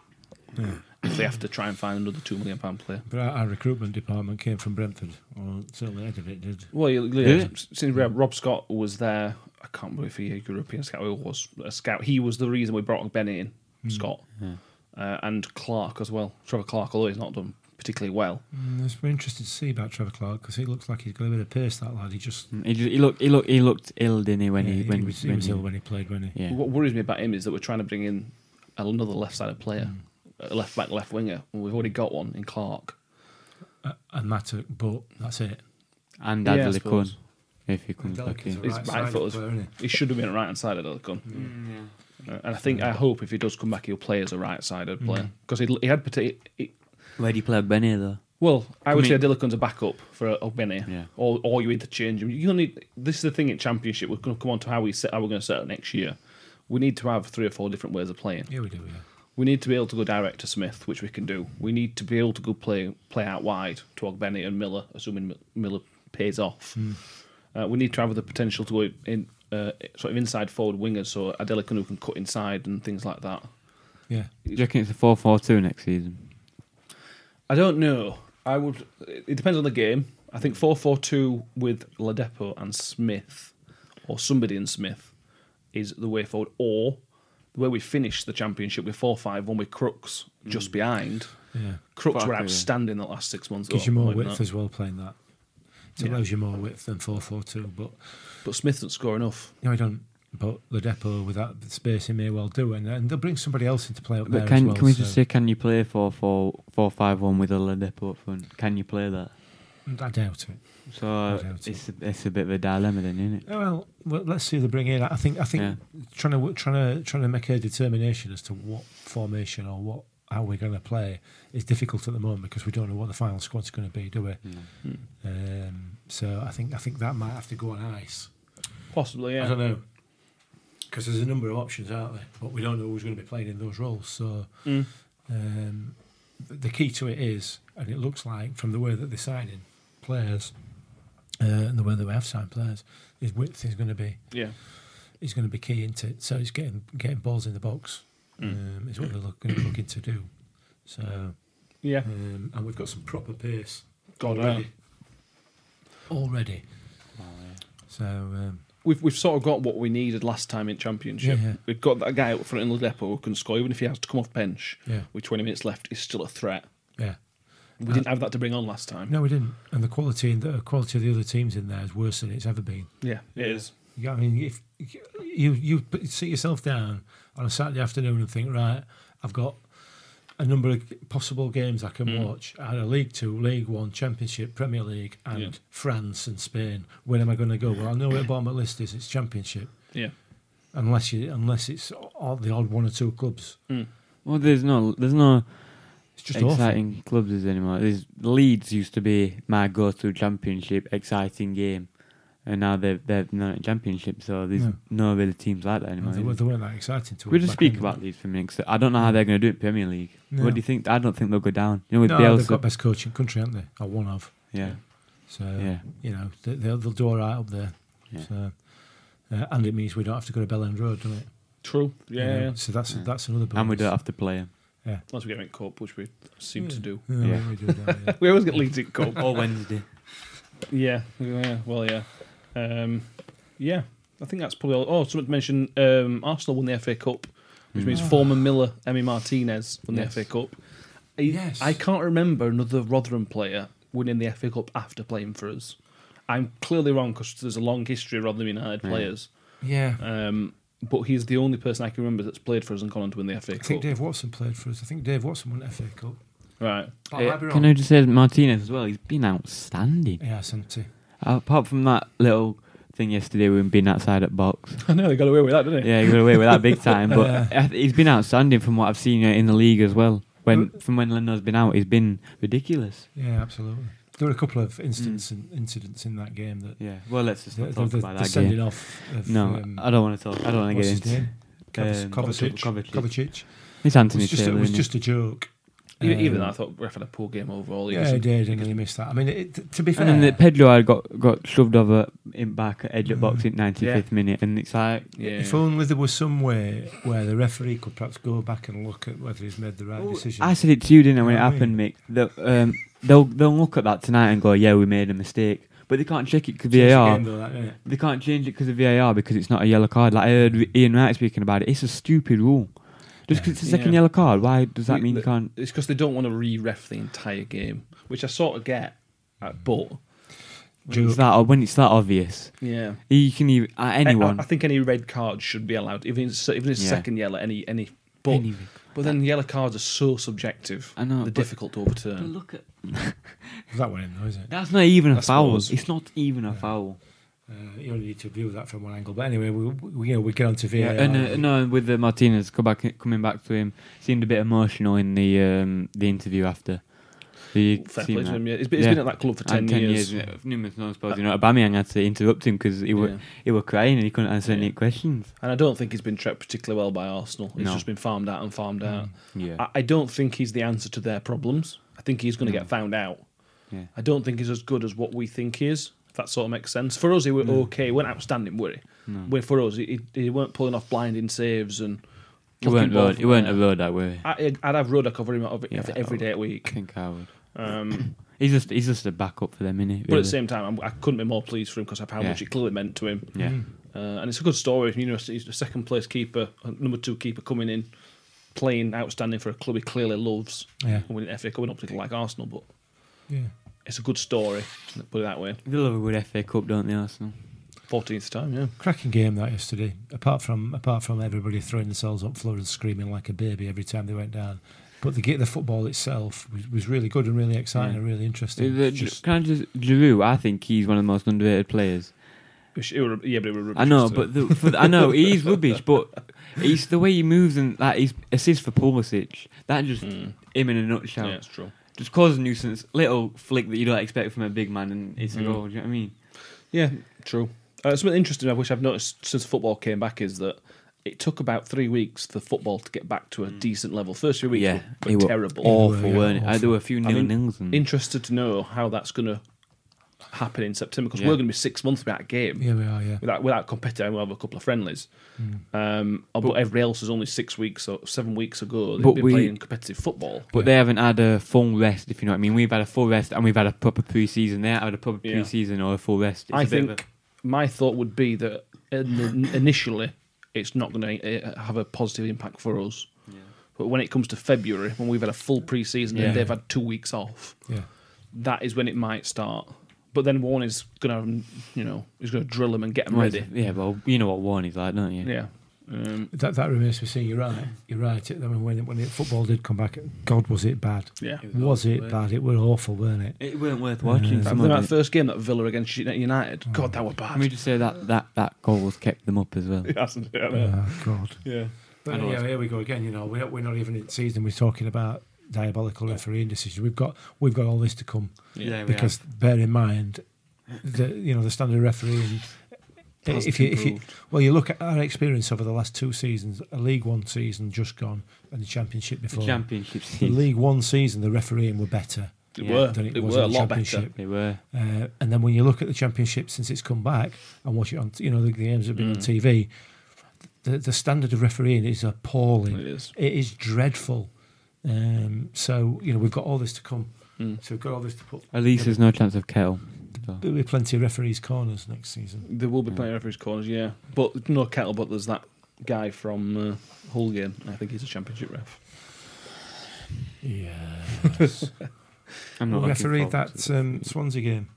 Speaker 2: if they have to try and find another two million pound player.
Speaker 4: But our, our recruitment department came from Brentford, or certainly head of it did.
Speaker 2: Well, you- yeah,
Speaker 3: Yeah.
Speaker 2: since Rob Rob Scott was there, I can't remember if he a European scout or was a scout. He was the reason we brought Bennett in, Scott, uh, and Clark as well. Trevor Clark, although he's not done particularly well.
Speaker 4: Mm, it's- we're interested to see about Trevor Clark because he looks like he's got a bit of pace. That lad, he just
Speaker 3: He, just, he looked he looked he looked ill, didn't he? When
Speaker 4: yeah,
Speaker 3: he when
Speaker 4: was,
Speaker 3: when
Speaker 4: he was
Speaker 3: he-
Speaker 4: ill when he played, when he?
Speaker 3: yeah.
Speaker 2: What worries me about him is that we're trying to bring in another left-sided player, a left back, left winger. Well, we've already got one in Clark.
Speaker 4: Uh, and Matic, but that's it.
Speaker 3: and
Speaker 2: Yeah, I
Speaker 3: Adley Kun
Speaker 2: suppose.
Speaker 3: if he comes back in.
Speaker 2: He's right-sided right-footers. player,
Speaker 4: isn't
Speaker 2: He should have been a right-sided at the gun. Uh, and I think I hope if he does come back, he'll play as a right-sided player because he, he had parti- he-
Speaker 3: Where do you play Benny though?
Speaker 2: Well, I would
Speaker 3: I mean-
Speaker 2: say Adilican's a backup for Ogbeni,
Speaker 3: Yeah.
Speaker 2: or or you interchange him. You need this is the thing in Championship. We're going to come on to how we set how we're going to set up next year. We need to have three or four different ways of playing.
Speaker 4: Yeah, we do. Yeah,
Speaker 2: We need to be able to go direct to Smith, which we can do. We need to be able to go play play out wide to Ogbeni and Miller, assuming Mi- Miller pays off.
Speaker 3: Hmm.
Speaker 2: Uh, we need to have the potential to go in uh, sort of inside forward wingers, so Adelican who can cut inside and things like that.
Speaker 4: yeah.
Speaker 3: Do you reckon it's a four four two next season?
Speaker 2: I don't know. I would. It depends on the game. I think four four two with Ladepo and Smith, or somebody in Smith, is the way forward. Or the way we finished the championship with four five one with Crooks just behind.
Speaker 4: Yeah.
Speaker 2: Crooks
Speaker 3: Fuck,
Speaker 2: were
Speaker 3: yeah.
Speaker 2: outstanding the last six months. Oh,
Speaker 4: Gives
Speaker 2: or
Speaker 4: you more
Speaker 2: like
Speaker 4: width
Speaker 2: that.
Speaker 4: as well playing that. It
Speaker 2: Yeah.
Speaker 4: allows you more width than four four two, but
Speaker 2: But Smith didn't score enough.
Speaker 4: no, I don't. But the depot with that space, he may well do, and, and they'll bring somebody else in to play up there
Speaker 3: But can
Speaker 4: as well.
Speaker 3: can we
Speaker 4: so-
Speaker 3: just say can you play four four four five one with a Ladipo up front? Can you play that?
Speaker 4: I doubt it.
Speaker 3: So uh,
Speaker 4: I doubt
Speaker 3: it's a, it's a bit of a dilemma then, isn't it?
Speaker 4: Oh, Well, well, let's see who they bring in. I think I think
Speaker 3: Yeah.
Speaker 4: trying to trying to trying to make a determination as to what formation or what how we're going to play is difficult at the moment because we don't know what the final squad's going to be, do we? Um, so I think I think that might have to go on ice.
Speaker 2: Possibly, yeah.
Speaker 4: I don't know. Because there's a number of options, aren't there? But we don't know who's going to be playing in those roles. So
Speaker 2: Mm.
Speaker 4: um, th- the key to it is, and it looks like from the way that they're signing players uh, and the way that we have signed players, is width is going to be
Speaker 2: Yeah.
Speaker 4: is going to be key into it. So it's getting getting balls in the box um, is what they're look, gonna be looking to do. So
Speaker 2: Yeah.
Speaker 4: um, and we've got some proper pace
Speaker 2: God, uh, I know.
Speaker 4: already. Already. So um,
Speaker 2: We've, we've sort of got what we needed last time in Championship.
Speaker 4: Yeah.
Speaker 2: We've got that guy up front in Ladepo who can score, even if he has to come off bench
Speaker 4: yeah,
Speaker 2: with 20 minutes left, he's still a threat.
Speaker 4: yeah.
Speaker 2: We
Speaker 4: Uh,
Speaker 2: didn't have that to bring on last time.
Speaker 4: No, we didn't. And the quality and the quality of the other teams in there is worse than it's ever been.
Speaker 2: Yeah, it is.
Speaker 4: Yeah, I mean, if you you put- sit yourself down on a Saturday afternoon and think, right, I've got a number of possible games I can watch. I had a League Two, League One, Championship, Premier League, and
Speaker 2: Yeah.
Speaker 4: France and Spain. Where am I going to go? Well, I know where the bottom of the list is. It's Championship,
Speaker 2: Yeah.
Speaker 4: unless you unless it's all, the odd one or two clubs.
Speaker 3: Well, there's no, there's no
Speaker 4: It's just awful.
Speaker 3: exciting clubs is anymore. There's Leeds used to be my go-to championship exciting game, and now they've they've not in championship, so there's
Speaker 4: No.
Speaker 3: no, really teams like that anymore.
Speaker 4: They,
Speaker 3: is
Speaker 4: weren't-
Speaker 3: there?
Speaker 4: they weren't that exciting to
Speaker 3: Could we
Speaker 4: us
Speaker 3: just
Speaker 4: back
Speaker 3: speak
Speaker 4: in-
Speaker 3: about Leeds for a minute? 'Cause I don't know how they're going to do it in Premier League.
Speaker 4: No.
Speaker 3: What do you think? I don't think they'll go down. You know, with
Speaker 4: No, they've
Speaker 3: Bielsa,
Speaker 4: got best coach in the country, haven't they? Or one of.
Speaker 3: yeah,
Speaker 4: So
Speaker 3: Yeah.
Speaker 4: you know they, they'll, they'll do all right up there.
Speaker 3: Yeah.
Speaker 4: So, uh, and it means we don't have to go to Bell End Road, doesn't it?
Speaker 2: True.
Speaker 4: You
Speaker 2: Yeah,
Speaker 4: know,
Speaker 2: yeah.
Speaker 4: So that's
Speaker 3: Yeah.
Speaker 4: that's another. Bonus.
Speaker 3: and we don't have to play them.
Speaker 2: Unless we get him in Cup, which we seem to
Speaker 4: Yeah.
Speaker 2: do.
Speaker 4: Yeah,
Speaker 3: Yeah.
Speaker 4: we do don't we?
Speaker 2: We always get Leeds in Cup.
Speaker 3: or Wednesday.
Speaker 2: Yeah, yeah, well, yeah, um, yeah. I think that's probably all. Oh, someone mentioned um, Arsenal won the FA Cup, which
Speaker 3: Mm.
Speaker 2: means former Miller Emmy Martinez won
Speaker 3: Yes.
Speaker 2: the FA Cup. I,
Speaker 4: Yes.
Speaker 2: I can't remember another Rotherham player winning the FA Cup after playing for us. I'm clearly wrong because there's a long history of Rotherham United
Speaker 3: Yeah.
Speaker 2: players,
Speaker 4: yeah.
Speaker 2: um, but he's the only person I can remember that's played for us and gone on to win the FA
Speaker 4: I
Speaker 2: Cup.
Speaker 4: think Dave Watson played for us. I think Dave Watson won the FA Cup.
Speaker 2: Right?
Speaker 4: But I
Speaker 2: Eh,
Speaker 4: might be
Speaker 3: Can
Speaker 4: wrong.
Speaker 3: I just say Martinez as well? He's been outstanding.
Speaker 4: Yeah, Santi.
Speaker 3: Apart from that little thing yesterday with him being outside at box.
Speaker 2: I know they got away with that, didn't they?
Speaker 3: Yeah, he got away with that big time. But I th- he's been outstanding from what I've seen uh, in the league as well. When from when Leno's been out, he's been ridiculous.
Speaker 4: Yeah, absolutely. There were a couple of incidents and incidents in that game that
Speaker 3: Yeah. Well, let's just
Speaker 4: the,
Speaker 3: Mm. not
Speaker 4: the,
Speaker 3: talk
Speaker 4: the,
Speaker 3: about
Speaker 4: the
Speaker 3: that
Speaker 4: sending
Speaker 3: game.
Speaker 4: off. Of,
Speaker 3: No,
Speaker 4: um,
Speaker 3: I don't want to talk. I don't want to
Speaker 4: what's
Speaker 3: get
Speaker 4: his
Speaker 3: into.
Speaker 4: name? Kovac-
Speaker 3: um,
Speaker 4: Kovacic.
Speaker 3: Kovacic.
Speaker 4: Kovacic.
Speaker 3: It's
Speaker 4: It
Speaker 3: Anthony
Speaker 4: was just,
Speaker 3: Taylor.
Speaker 4: it was
Speaker 3: innit?
Speaker 4: just a joke.
Speaker 2: Even, E-, even
Speaker 4: Um,
Speaker 2: though I thought ref had a poor game overall. he
Speaker 4: Yeah,
Speaker 2: was-
Speaker 4: he did, and he missed that. I mean, it, to be fair, Mm.
Speaker 3: and then the Pedro had got got shoved over in back at edge of box in 95th minute, and it's like
Speaker 2: yeah.
Speaker 4: If only there was some way where the referee could perhaps go back and look at whether he's made the right decision.
Speaker 3: oh, I said it to you, didn't I, when it
Speaker 4: You know what I
Speaker 3: happened, Mick? That um, they'll they'll look at that tonight and go, yeah, we made a mistake, but they can't check it because
Speaker 4: It's a
Speaker 3: VAR.
Speaker 4: game though, that, innit?
Speaker 3: They can't change it because of VAR because it's not a yellow card. Like I heard Ian Wright speaking about it. It's a stupid rule. Just because it's a second
Speaker 2: Yeah.
Speaker 3: yellow card, why does that
Speaker 2: We-
Speaker 3: mean you
Speaker 2: the-
Speaker 3: can't?
Speaker 2: It's because they don't want to re-ref the entire game, which I sort of get, uh, but
Speaker 3: When it's, that, when it's that obvious,
Speaker 2: yeah,
Speaker 3: you can even uh, anyone.
Speaker 2: I, I think any red card should be allowed, even if it's, even if it's
Speaker 3: Yeah.
Speaker 2: second yellow, any any. But
Speaker 3: Anyway.
Speaker 2: but then yellow cards are so subjective;
Speaker 3: I know,
Speaker 2: they're
Speaker 3: but-
Speaker 2: difficult to overturn.
Speaker 3: Look at
Speaker 4: that went in though, isn't it?
Speaker 3: that's not even a
Speaker 2: I
Speaker 3: foul.
Speaker 2: suppose.
Speaker 3: It's not even a foul.
Speaker 4: Uh, you only need to view that from one angle. But anyway, we, we you know we get on to VAR.
Speaker 3: Yeah, and uh, no, with the Martinez come back, coming back to him, seemed a bit emotional in the um, the interview after. So you
Speaker 2: Fair
Speaker 3: seen
Speaker 2: play to
Speaker 3: that.
Speaker 2: him, yeah. It's been, it's
Speaker 3: Yeah.
Speaker 2: been at that club for ten,
Speaker 3: And
Speaker 2: years. Uh,
Speaker 3: yeah, Numerous non-sports, you know, Aubameyang had to interrupt him because he were
Speaker 2: Yeah.
Speaker 3: he were crying and he couldn't answer
Speaker 2: Yeah.
Speaker 3: any questions.
Speaker 2: and I don't think he's been treated particularly well by Arsenal. He's
Speaker 3: No.
Speaker 2: just been farmed out and farmed out.
Speaker 3: Yeah,
Speaker 2: I, I don't think he's the answer to their problems. I think he's going to
Speaker 3: No.
Speaker 2: get found out.
Speaker 3: Hmm. yeah.
Speaker 2: I don't think he's as good as what we think he is. If that sort of makes sense. For us, he
Speaker 3: Hmm.
Speaker 2: were okay. He weren't outstanding, were he? Well, For us, he, he weren't pulling off blinding saves and.
Speaker 3: It weren't
Speaker 2: blocking ball
Speaker 3: road.
Speaker 2: from
Speaker 3: It weren't
Speaker 2: there.
Speaker 3: a road that way.
Speaker 2: I, I'd have Ruddock over him over,
Speaker 3: Yeah, oh,
Speaker 2: every
Speaker 3: I
Speaker 2: day a
Speaker 3: I
Speaker 2: week.
Speaker 3: think I would.
Speaker 2: Um,
Speaker 3: He's just he's just a backup for them, innit?
Speaker 2: But at
Speaker 3: really?
Speaker 2: the same time, I'm, I couldn't be more pleased for him because of how
Speaker 3: Yeah.
Speaker 2: much it clearly meant to him.
Speaker 3: Yeah.
Speaker 2: Uh, and it's a good story. You know, he's a second place keeper, a number two keeper coming in, playing outstanding for a club he clearly loves.
Speaker 4: Yeah.
Speaker 2: And winning FA Cup, we don't particularly like Arsenal, but
Speaker 4: yeah.
Speaker 2: it's a good story. Put it that way.
Speaker 3: They love a good FA Cup, don't they, Arsenal?
Speaker 2: 14th time, yeah.
Speaker 4: cracking game that yesterday. Apart from apart from everybody throwing themselves up floor and screaming like a baby every time they went down. But the get the football itself was, was really good and really exciting
Speaker 3: Yeah.
Speaker 4: and really interesting.
Speaker 3: The-
Speaker 4: It's just-
Speaker 3: Can I just Giroud? I think he's one of the most underrated players.
Speaker 2: It were, yeah, but it were rubbish.
Speaker 3: I know,
Speaker 2: wasn't it?
Speaker 3: but the, for the, I know he's rubbish, but he's the way he moves and that he's assist for Pulisic. That just
Speaker 2: Mm.
Speaker 3: him in a nutshell.
Speaker 2: yeah, it's true.
Speaker 3: Just cause a nuisance, little flick that you don't expect from a big man, and it's
Speaker 2: Mm.
Speaker 3: a goal. Do you know what I mean?
Speaker 2: Yeah, true. Uh, something interesting I wish I've noticed since football came back is that it took about three weeks for football to get back to a decent level. First three weeks were, Mm. were
Speaker 3: it were
Speaker 2: terrible.
Speaker 3: Awful,
Speaker 4: Yeah,
Speaker 3: weren't it? I, there were a few
Speaker 2: I
Speaker 3: nil
Speaker 2: mean,
Speaker 3: nils and
Speaker 2: Interested to know how that's going to happen in September because
Speaker 3: Yeah.
Speaker 2: we're going to be six months without a game.
Speaker 4: Yeah, we are. Yeah.
Speaker 2: Without, without competing, we'll have a couple of friendlies. Um, but, everybody else is only six weeks or seven weeks ago. They've
Speaker 3: But
Speaker 2: been
Speaker 3: we-
Speaker 2: playing competitive football.
Speaker 3: But they haven't had a full rest, if you know what I mean. We've had a full rest and we've had a proper pre-season. They haven't had a proper
Speaker 2: Yeah.
Speaker 3: pre-season or a full rest. It's
Speaker 2: I
Speaker 3: a bit of
Speaker 2: think my thought would be that in the, initially it's not going to have a positive impact for us. But when it comes to February, when we've had a full pre-season
Speaker 3: Yeah.
Speaker 2: and they've had two weeks off,
Speaker 4: Yeah.
Speaker 2: that is when it might start. But then Warren is going to, you know, he's going to drill them and get them
Speaker 3: a,
Speaker 2: ready.
Speaker 3: Yeah, well, you know what Warney's like, don't you?
Speaker 2: Yeah. Um,
Speaker 4: That that remains to be seen. You're right. You're right. I mean, when when it, football did come back, God was it bad?
Speaker 2: yeah.
Speaker 4: Was it bad? It were awful, eh? weren't it?
Speaker 3: It weren't worth watching.
Speaker 4: Yeah.
Speaker 2: That,
Speaker 3: some
Speaker 2: that
Speaker 3: of it.
Speaker 2: first game, that Villa against United, God, that were bad.
Speaker 3: Can we just say that that that goal has kept them up as well?
Speaker 2: hasn't it?
Speaker 4: Oh, God.
Speaker 2: Yeah.
Speaker 4: But
Speaker 3: know
Speaker 4: yeah, here we go again. You know, we're not, we're not even in season. We're talking about diabolical refereeing decisions. We've got we've got all this to come
Speaker 3: Yeah, we
Speaker 4: because bear in mind the you know the standard of refereeing.
Speaker 2: Hasn't
Speaker 4: If you, if you
Speaker 2: improved.
Speaker 4: well, you look at our experience over the last two seasons, a League One season just gone, and the Championship
Speaker 3: have. the
Speaker 4: before.
Speaker 3: championship
Speaker 4: the
Speaker 3: season.
Speaker 4: League One season, the refereeing were better.
Speaker 2: It
Speaker 3: Yeah.
Speaker 2: were.
Speaker 4: than it
Speaker 2: It
Speaker 4: was
Speaker 2: were
Speaker 4: in
Speaker 2: a
Speaker 4: the
Speaker 2: lot
Speaker 4: Championship.
Speaker 2: better.
Speaker 3: They were.
Speaker 4: Uh, and then when you look at the championship since it's come back and watch it on, you know, the games have been
Speaker 3: Mm.
Speaker 4: on TV, the, the standard of refereeing is appalling.
Speaker 2: It is.
Speaker 4: It is dreadful. Um, so, you know, we've got all this to come.
Speaker 2: Mm.
Speaker 4: So we've got all this to put.
Speaker 3: At least there's no chance of Kettle. So,
Speaker 4: There'll be plenty of referees' corners next season.
Speaker 2: There will be plenty of referees' corners, yeah. But no kettle, but there's that guy from uh, Hull game. I think he's a championship ref.
Speaker 4: Yes.
Speaker 3: I'm
Speaker 4: we
Speaker 3: not looking
Speaker 4: refereed
Speaker 3: forward to it.
Speaker 4: that um, Swansea game.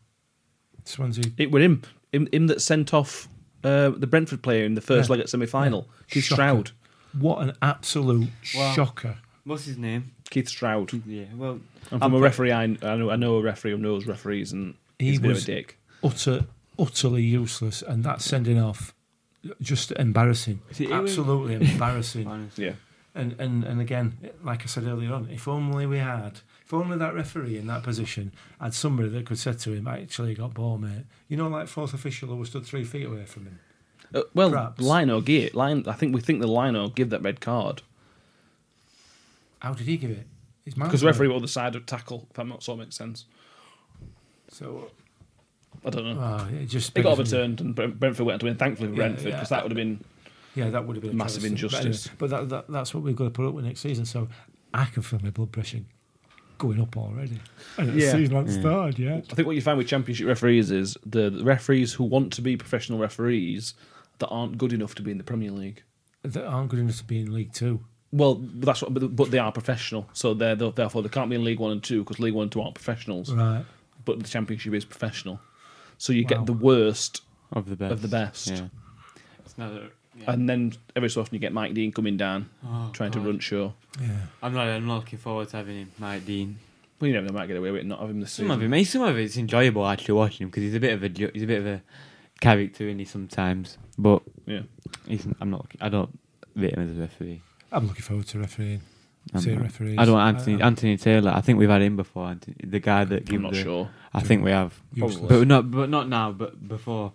Speaker 4: Swansea.
Speaker 2: It were him, him, him that sent off uh, the Brentford player in the first
Speaker 4: Yeah.
Speaker 2: leg at semi-final.
Speaker 4: Yeah.
Speaker 2: Keith
Speaker 4: Shocker.
Speaker 2: Stroud.
Speaker 4: What an absolute
Speaker 3: Wow.
Speaker 4: shocker.
Speaker 3: What's his name?
Speaker 2: Keith Stroud.
Speaker 3: Yeah. Well,
Speaker 2: Hmm. I'm
Speaker 3: I'm
Speaker 2: from a referee. I, kn- I know. I know a referee who knows referees, and
Speaker 4: He
Speaker 2: he's a bit of a
Speaker 4: was-
Speaker 2: dick.
Speaker 4: Utter, utterly useless. And that sending off, just embarrassing.
Speaker 3: See, it was-
Speaker 4: Absolutely embarrassing.
Speaker 3: honestly.
Speaker 2: Yeah.
Speaker 4: And, and and again, like I said earlier on, if only we had, if only that referee in that position had somebody that could say to him, actually you got ball, mate. You know, like fourth official who was stood three feet away from him.
Speaker 2: Uh, well,
Speaker 4: Perhaps.
Speaker 2: Lino gave it. Lino, I think we think the Lino give that red card
Speaker 4: How did he give it? His man.
Speaker 2: because the referee was on the side of tackle. If that not sort of makes sense.
Speaker 4: So
Speaker 2: I don't know.
Speaker 4: oh, it just
Speaker 2: it got overturned, and Brent- Brentford went to win. Thankfully, for
Speaker 4: Yeah,
Speaker 2: Brentford
Speaker 4: yeah.
Speaker 2: because that would have been
Speaker 4: Yeah, that would have been a
Speaker 2: Massive
Speaker 4: travesty. But anyway,
Speaker 2: injustice.
Speaker 4: But, that, that that's what we've got to put up with next season. So I can feel my blood pressure going up already. And
Speaker 2: Yeah.
Speaker 4: not started yet.
Speaker 2: I think what you find with championship referees is the the referees who want to be professional referees that aren't good enough to be in the Premier League.
Speaker 4: That aren't good enough to be in League Two.
Speaker 2: Well, that's what, but, but they are professional, so they're therefore they can't be in League One and Two because League One and Two aren't professionals.
Speaker 4: Right.
Speaker 2: But the Championship is professional, so you
Speaker 4: Wow.
Speaker 2: get the worst,
Speaker 3: Of the best.
Speaker 2: Of the best.
Speaker 3: Yeah. It's another.
Speaker 2: and then every so often you get Mike Dean coming down trying
Speaker 3: Oh,
Speaker 2: to run show.
Speaker 4: Yeah.
Speaker 3: I'm not. I'm not looking forward to having him, Mike Dean.
Speaker 2: Well, you never know, they might get away with it, not having the
Speaker 3: Some of
Speaker 2: season.
Speaker 3: him, eh, some of it's enjoyable actually watching him because he's a bit of a ju- he's a bit of a character in he sometimes. But
Speaker 2: Yeah,
Speaker 3: he's, I'm not. I don't rate him as a referee.
Speaker 4: I'm looking forward to refereeing.
Speaker 3: I'm
Speaker 4: See
Speaker 3: not-
Speaker 4: referees.
Speaker 3: I don't want Anthony
Speaker 4: I-
Speaker 3: Anthony Taylor. I think we've had him before. Anthony, the guy that gave
Speaker 2: I'm not
Speaker 3: the,
Speaker 2: sure.
Speaker 3: I think we have,
Speaker 4: Useless.
Speaker 3: but not but not now. But before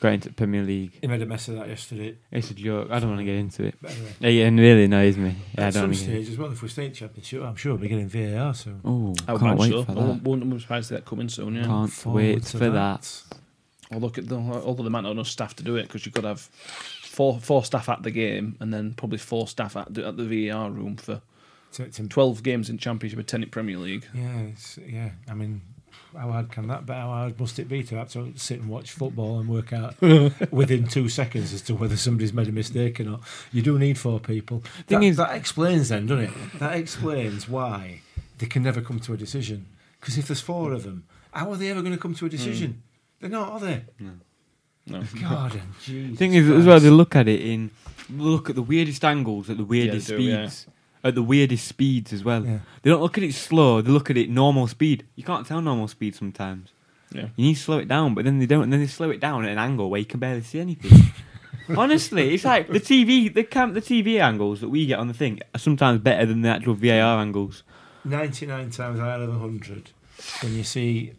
Speaker 3: going into Premier League,
Speaker 4: He made a mess of that yesterday.
Speaker 3: it's a joke. I don't want to get into it.
Speaker 4: But anyway,
Speaker 3: Yeah, and really annoys me. Yeah, I don't.
Speaker 4: at some
Speaker 3: wanna get-
Speaker 4: stage as well, if we stay in championship, I'm sure we'll be getting VAR soon.
Speaker 3: Oh,
Speaker 2: I would
Speaker 3: can't wait
Speaker 2: imagine so.
Speaker 3: for
Speaker 2: I wouldn't,
Speaker 3: that.
Speaker 2: wouldn't be surprised if that coming soon. Yeah.
Speaker 3: Can't
Speaker 4: Forward
Speaker 3: wait
Speaker 4: to
Speaker 3: for that.
Speaker 2: Although, although they might not have enough staff to do it because you've got to have four four staff at the game and then probably four staff at the, at the VAR room for
Speaker 4: So it's in-
Speaker 2: 12 games in Championship and 10 in Premier League.
Speaker 4: yeah, it's, yeah. I mean, how hard can that? But how hard must it be to have to sit and watch football and work out within two seconds as to whether somebody's made a mistake or not? You do need four people.
Speaker 3: Thing
Speaker 4: That,
Speaker 3: is-
Speaker 4: that explains then, doesn't it? That explains why they can never come to a decision. Because if there's four of them, how are they ever going to come to a
Speaker 3: Hmm.
Speaker 4: decision? They're not, are they?
Speaker 2: No.
Speaker 4: God and Jesus.
Speaker 3: The thing is, as well,
Speaker 4: Christ.
Speaker 3: they look at it in look at the weirdest angles, at the weirdest
Speaker 2: do, yeah.
Speaker 3: speeds, at the weirdest speeds as well.
Speaker 4: Yeah.
Speaker 3: They don't look at it slow; they look at it normal speed. You can't tell normal speed sometimes.
Speaker 2: Yeah.
Speaker 3: You need to slow it down, but then they don't, and then they slow it down at an angle where you can barely see anything. Honestly, it's like the TV, the cam, the TV angles that we get on the thing are sometimes better than the actual VAR angles.
Speaker 4: 99 times out of 100, when you see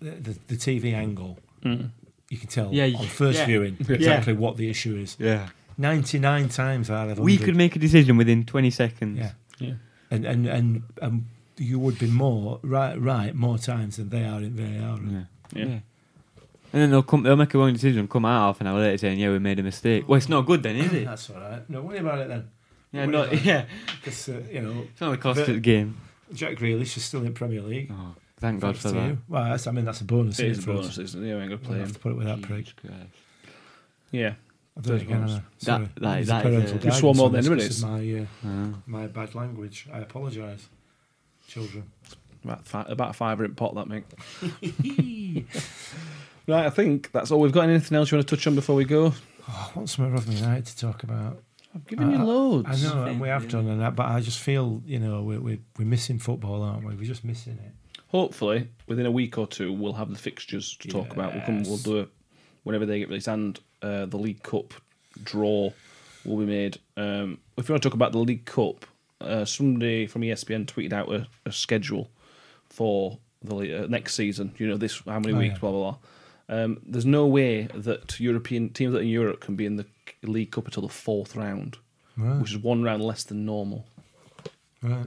Speaker 4: the, the, the TV angle, you can tell
Speaker 3: Yeah, you-
Speaker 4: on first
Speaker 3: yeah.
Speaker 4: viewing exactly what the issue is.
Speaker 3: Yeah,
Speaker 4: 99 times out of 100.
Speaker 3: we could make a decision within 20 seconds.
Speaker 4: Yeah.
Speaker 2: Yeah.
Speaker 4: And, and, and, and you would be more right, right more times than they are in VAR.
Speaker 3: yeah.
Speaker 2: Yeah.
Speaker 3: And then they'll come, they'll make a wrong decision, come out half an hour later saying, "Yeah, we made a mistake." Well, it's not good then, is it?
Speaker 4: That's all right. No, worry about it then.
Speaker 3: yeah, no, yeah.
Speaker 4: Because, uh, you know,
Speaker 3: It's only cost
Speaker 4: The-
Speaker 3: of the game.
Speaker 4: Jack Grealish is still in Premier League.
Speaker 3: Oh, thank God
Speaker 4: Thanks
Speaker 3: for
Speaker 4: to
Speaker 3: that.
Speaker 4: you. Well, that's, I mean, that's a bonus.
Speaker 2: It is a
Speaker 4: for us.
Speaker 2: bonus, isn't it? Yeah, we ain't gonna
Speaker 4: We'll
Speaker 2: play
Speaker 4: have
Speaker 2: him.
Speaker 4: to put it with that
Speaker 3: Jesus
Speaker 4: prick.
Speaker 3: Christ.
Speaker 2: Yeah.
Speaker 4: I've done it again. haven't I? Sorry.
Speaker 3: That- that-
Speaker 4: It's
Speaker 3: that is
Speaker 4: parental
Speaker 3: a- You
Speaker 4: guidance
Speaker 2: swore more
Speaker 4: on
Speaker 2: than
Speaker 4: this.
Speaker 2: anyone
Speaker 4: This
Speaker 2: is.
Speaker 4: My, uh,
Speaker 3: Oh.
Speaker 4: my bad language. I apologise, children.
Speaker 2: About fi- about a fiver in pot that mate. right, I think that's all we've got. Anything else you want to touch on before we go?
Speaker 4: Oh, I want some of Rotherham United to talk about.
Speaker 2: I've given you
Speaker 4: Uh,
Speaker 2: loads.
Speaker 4: I know, and we have
Speaker 3: Yeah.
Speaker 4: done and that, but I just feel, you know, we're, we're, we're missing football, aren't we? We're just missing it.
Speaker 2: Hopefully, within a week or two, we'll have the fixtures to talk about. We'll come. We'll
Speaker 4: Yes.
Speaker 2: do it whenever they get released, and uh, the League Cup draw will be made. Um, if you want to talk about the League Cup, uh, somebody from ESPN tweeted out a, a schedule for the le- uh, next season. You know, this how many
Speaker 4: Oh,
Speaker 2: weeks,
Speaker 4: yeah.
Speaker 2: blah blah blah. Um, there's no way that European teams that are in Europe can be in the League Cup until the fourth round,
Speaker 4: Right.
Speaker 2: which is one round less than normal.
Speaker 4: right.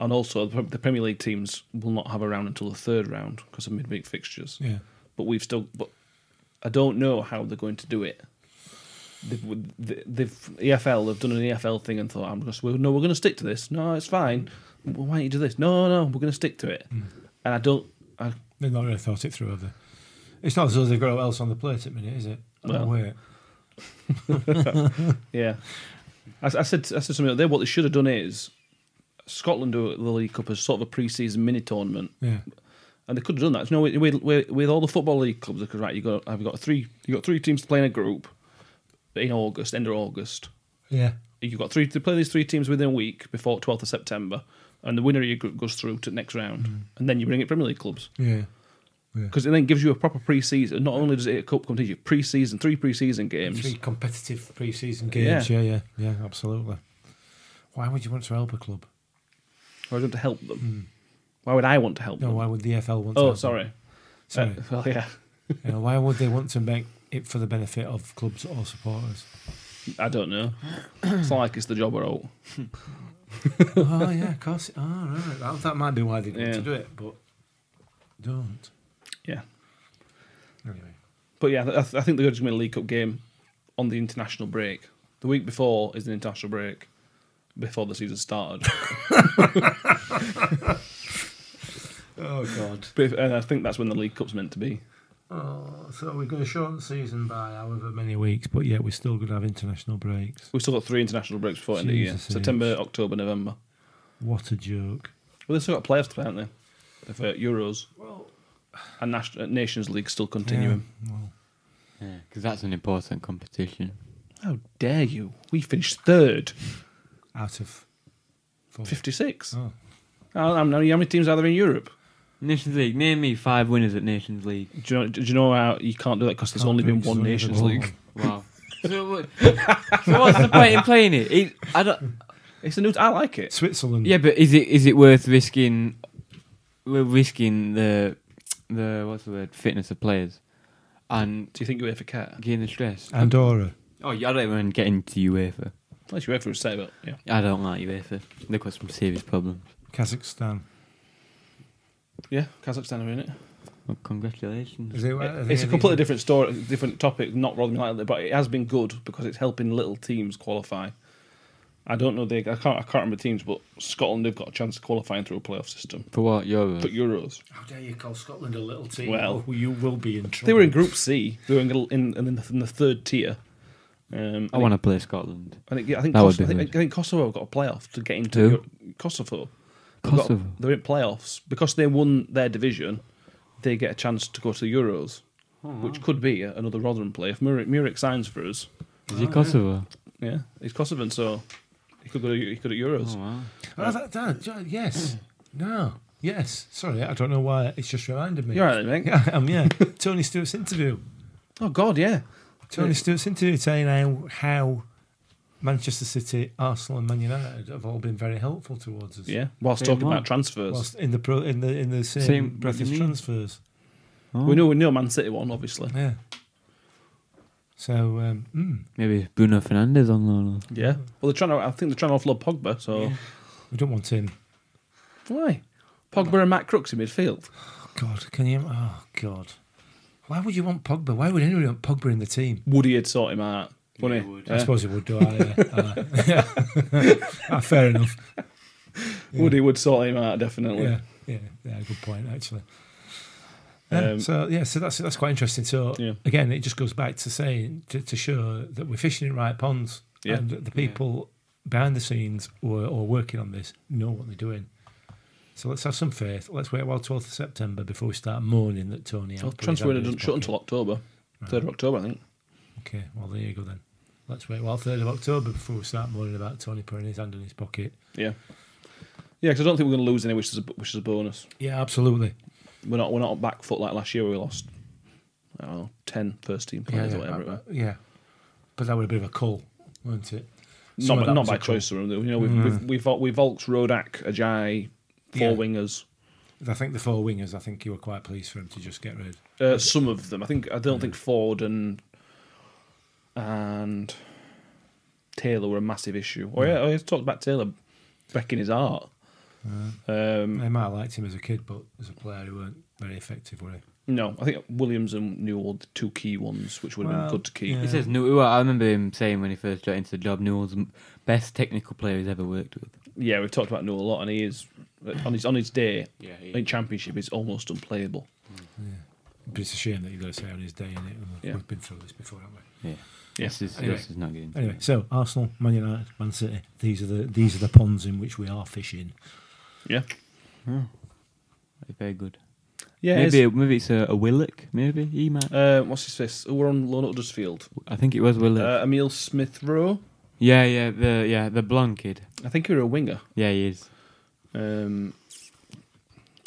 Speaker 2: And also, the the Premier League teams will not have a round until the third round because of midweek fixtures.
Speaker 4: Yeah.
Speaker 2: But we've still, but I don't know how they're going to do it. They've, they- they've EFL have done an EFL thing and thought, "I'm going to no, we're going to stick to this. No, it's fine. Well, Why don't you do this? No, no, we're going to stick to it." And I don't. I,
Speaker 4: They've not really thought it through, have they? It's not as though they've got what else on the plate at the minute, is it?
Speaker 2: Well.
Speaker 4: oh, wait.
Speaker 2: yeah, I, I said I said something there. What they should have done is Scotland do the League Cup as sort of a pre-season mini tournament.
Speaker 4: Yeah.
Speaker 2: and they could have done that. You know, with, with, with all the football league clubs, they could right. You got I've got three. You got three teams to play in a group in August, end of August.
Speaker 4: Yeah.
Speaker 2: You've got three to play these three teams within a week before twelfth of September, and the winner of your group goes through to the next round,
Speaker 4: Hmm.
Speaker 2: and then you bring it Premier League clubs
Speaker 4: Yeah.
Speaker 2: because it then gives you a proper pre-season. Not only does it a cup competition, pre-season, three pre-season games.
Speaker 4: Three competitive pre-season games. Yeah. yeah, yeah, absolutely. Why would you want to help a club?
Speaker 2: Why would I want to help them? Why would I want to help
Speaker 4: Hmm. No,
Speaker 2: them?
Speaker 4: why would the FL want? to
Speaker 2: oh,
Speaker 4: help them?
Speaker 2: sorry.
Speaker 4: sorry.
Speaker 2: Uh, well, yeah,
Speaker 4: you know, why would they want to make it for the benefit of clubs or supporters?
Speaker 2: I don't know. it's like it's the job I wrote.
Speaker 4: oh yeah, of course. Oh, right. That, that might be why they want
Speaker 2: Yeah.
Speaker 4: to do it, but don't.
Speaker 2: Yeah.
Speaker 4: Anyway,
Speaker 2: But yeah, I, th- I think they're just going to a League Cup game on the international break. The week before is an international break before the season started.
Speaker 4: oh god.
Speaker 2: but if, and I think that's when the League Cup's meant to be.
Speaker 4: Oh, so we're going to shorten the season by however many weeks, but yet we're still going to have international breaks.
Speaker 2: We've still got three international breaks before the end of the year:
Speaker 4: Jesus
Speaker 2: September,
Speaker 4: sakes.
Speaker 2: October, November.
Speaker 4: What a joke.
Speaker 2: Well, they've still got playoffs to play, haven't they? For Euros
Speaker 4: Well,
Speaker 2: and Nas- uh, Nations League still continuing.
Speaker 4: well,
Speaker 3: Yeah, because that's an important competition.
Speaker 2: How dare you? We finished third,
Speaker 4: out of four.
Speaker 2: fifty-six.
Speaker 4: Oh.
Speaker 2: How, how many how many teams are there in Europe?
Speaker 3: Nations League. Name me five winners at Nations League.
Speaker 2: Do you know, do you know how you can't do that because there's
Speaker 4: Can't
Speaker 2: only
Speaker 4: do it
Speaker 2: been
Speaker 4: 'cause
Speaker 2: one
Speaker 4: there's
Speaker 2: Nations
Speaker 4: only been
Speaker 2: League.
Speaker 3: Wow. so, what, so what's the point in playing it? it I don't.
Speaker 2: It's a new. I like it.
Speaker 4: Switzerland.
Speaker 3: Yeah, but is it is it worth risking? We're risking the the what's the word fitness of players and
Speaker 2: Do you think you UEFA care?
Speaker 3: getting the stress.
Speaker 4: Andorra.
Speaker 3: Oh, yeah, I don't even get into UEFA.
Speaker 2: Unless UEFA would say about yeah.
Speaker 3: I don't like UEFA. They've got some serious problems.
Speaker 4: Kazakhstan.
Speaker 2: Yeah, Kazakhstan are in it.
Speaker 3: Well, congratulations.
Speaker 4: Is it, are they-
Speaker 2: it's a
Speaker 4: are they-
Speaker 2: completely different story, different topic, not Rotherham United, but it has been good because it's helping little teams qualify. I don't know, they, I can't, I can't remember teams, but Scotland have got a chance of qualifying through a playoff system.
Speaker 3: For what Euro?
Speaker 2: But Euros,
Speaker 4: How dare you call Scotland a little team?
Speaker 2: Well-
Speaker 4: Oh, you will be in trouble.
Speaker 2: they were in Group C, they were in in, in, the, in the third tier. Um,
Speaker 3: I want to play Scotland.
Speaker 2: I think, I think,
Speaker 3: That would
Speaker 2: Kosovo, I
Speaker 3: be
Speaker 2: think,
Speaker 3: good.
Speaker 2: I think Kosovo have got a playoff to get into
Speaker 3: Who?
Speaker 2: Euro- Kosovo. They've got-
Speaker 3: Kosovo?
Speaker 2: they're in playoffs because they won their division. They get a chance to go to the Euros, which could be a- another Rotherham play if Murick, Murick signs for us.
Speaker 3: Is it Kosovo?
Speaker 2: Yeah, he's Kosovan, so he could go. To, he could at Euros.
Speaker 4: Ah,
Speaker 3: Oh wow.
Speaker 4: Oh, that, that, yeah, yes. No. Yes. Sorry, I don't know why. It's just reminded me.
Speaker 2: You're right, mate.
Speaker 4: Yeah, um, yeah. Tony Stewart's interview.
Speaker 2: Oh God, yeah.
Speaker 4: Tony
Speaker 2: Yeah.
Speaker 4: Stewart's interview saying how, how Manchester City, Arsenal, and Man United have all been very helpful towards us.
Speaker 2: Yeah. Whilst
Speaker 3: Same
Speaker 2: talking
Speaker 3: one.
Speaker 2: about transfers,
Speaker 4: Whilst in the pro, in the in the same,
Speaker 3: Same- what
Speaker 4: breath
Speaker 3: do
Speaker 4: as
Speaker 3: you mean?
Speaker 4: transfers.
Speaker 3: Oh.
Speaker 2: we know we know Man City won, obviously.
Speaker 4: Yeah. So um, mm,
Speaker 3: Maybe Bruno Fernandez on loan.
Speaker 2: Yeah. Well, they're trying to. I think they're trying to offload Pogba. So
Speaker 4: we don't want him.
Speaker 2: why? Pogba and Matt Crooks in midfield.
Speaker 4: Oh, God, can you? Oh God, why would you want Pogba? Why would anyone want Pogba in the team?
Speaker 2: Woody had sort him out. Wouldn't
Speaker 3: Yeah,
Speaker 2: he?
Speaker 3: he would.
Speaker 2: Yeah.
Speaker 4: I suppose it would do. I, uh, I, yeah. Ah, fair enough.
Speaker 2: Woody would sort him out definitely.
Speaker 4: Yeah, yeah, yeah. Good point, actually. Yeah,
Speaker 2: Um,
Speaker 4: so yeah, so that's that's quite interesting. So
Speaker 2: Yeah.
Speaker 4: again, it just goes back to saying to, to show that we're fishing in right ponds,
Speaker 2: Yeah.
Speaker 4: and that the people behind the scenes were or working on this know what they're doing. So let's have some faith. Let's wait while twelfth of September before we start moaning that Tony. had
Speaker 2: Well,
Speaker 4: put his
Speaker 2: transfer
Speaker 4: hand
Speaker 2: window
Speaker 4: in his
Speaker 2: doesn't shut
Speaker 4: pocket.
Speaker 2: until October, third of October, I think.
Speaker 4: Okay, well there you go then. Let's wait while third of October before we start moaning about Tony putting his hand in his pocket.
Speaker 2: Yeah. Yeah, because I don't think we're going to lose any, which is a, which is a bonus.
Speaker 4: Yeah, absolutely.
Speaker 2: We're not we're not on back foot like last year. where We lost, I don't know, 10 first team players or whatever. it was.
Speaker 4: but, yeah, but that would have been a call, wouldn't it?
Speaker 2: Not,
Speaker 4: Some of
Speaker 2: by-
Speaker 4: that
Speaker 2: not
Speaker 4: was
Speaker 2: by
Speaker 4: a call.
Speaker 2: choice. Of them. You know, we've we've we've, got- we've Volks, Rodak, Ajay, four
Speaker 4: Yeah.
Speaker 2: wingers.
Speaker 4: I think the four wingers. I think you were quite pleased for him to just get rid.
Speaker 2: Uh, some of them. I think I don't think Ford and and Taylor were a massive issue. Oh yeah, I talked about Taylor breaking his heart. Um,
Speaker 4: They might have liked him as a kid, but as a player, he weren't very effective, were he?
Speaker 2: no, I think Williams and Newell, the two key ones, which would have
Speaker 4: Well,
Speaker 2: been good to keep.
Speaker 4: yeah.
Speaker 3: He says Newell. I remember him saying when he first got into the job, Newell's m- best technical player he's ever worked with.
Speaker 2: Yeah, we've talked about Newell a lot, and he is on his on his day
Speaker 3: Yeah,
Speaker 2: in Championship is almost unplayable.
Speaker 4: But it's a shame that you've got to say on his day, innit? And
Speaker 2: Yeah.
Speaker 4: We've been through this before, haven't we?
Speaker 3: yeah. This is
Speaker 4: Anyway.
Speaker 3: this is not getting.
Speaker 4: Anyway, so Arsenal, Man United, Man City. These are the these are the ponds in which we are fishing.
Speaker 2: Yeah,
Speaker 3: Very good.
Speaker 2: yeah.
Speaker 3: maybe
Speaker 2: Maybe
Speaker 3: it- maybe it's a, a Willock. Maybe he might.
Speaker 2: uh, what's his face? Oh, we're on loan at Huddersfield.
Speaker 3: I think it was Willock.
Speaker 2: Uh, Emil Smith Rowe.
Speaker 3: yeah, yeah, the yeah the blonde kid.
Speaker 2: I think he was a winger.
Speaker 3: Yeah, he is.
Speaker 2: Um,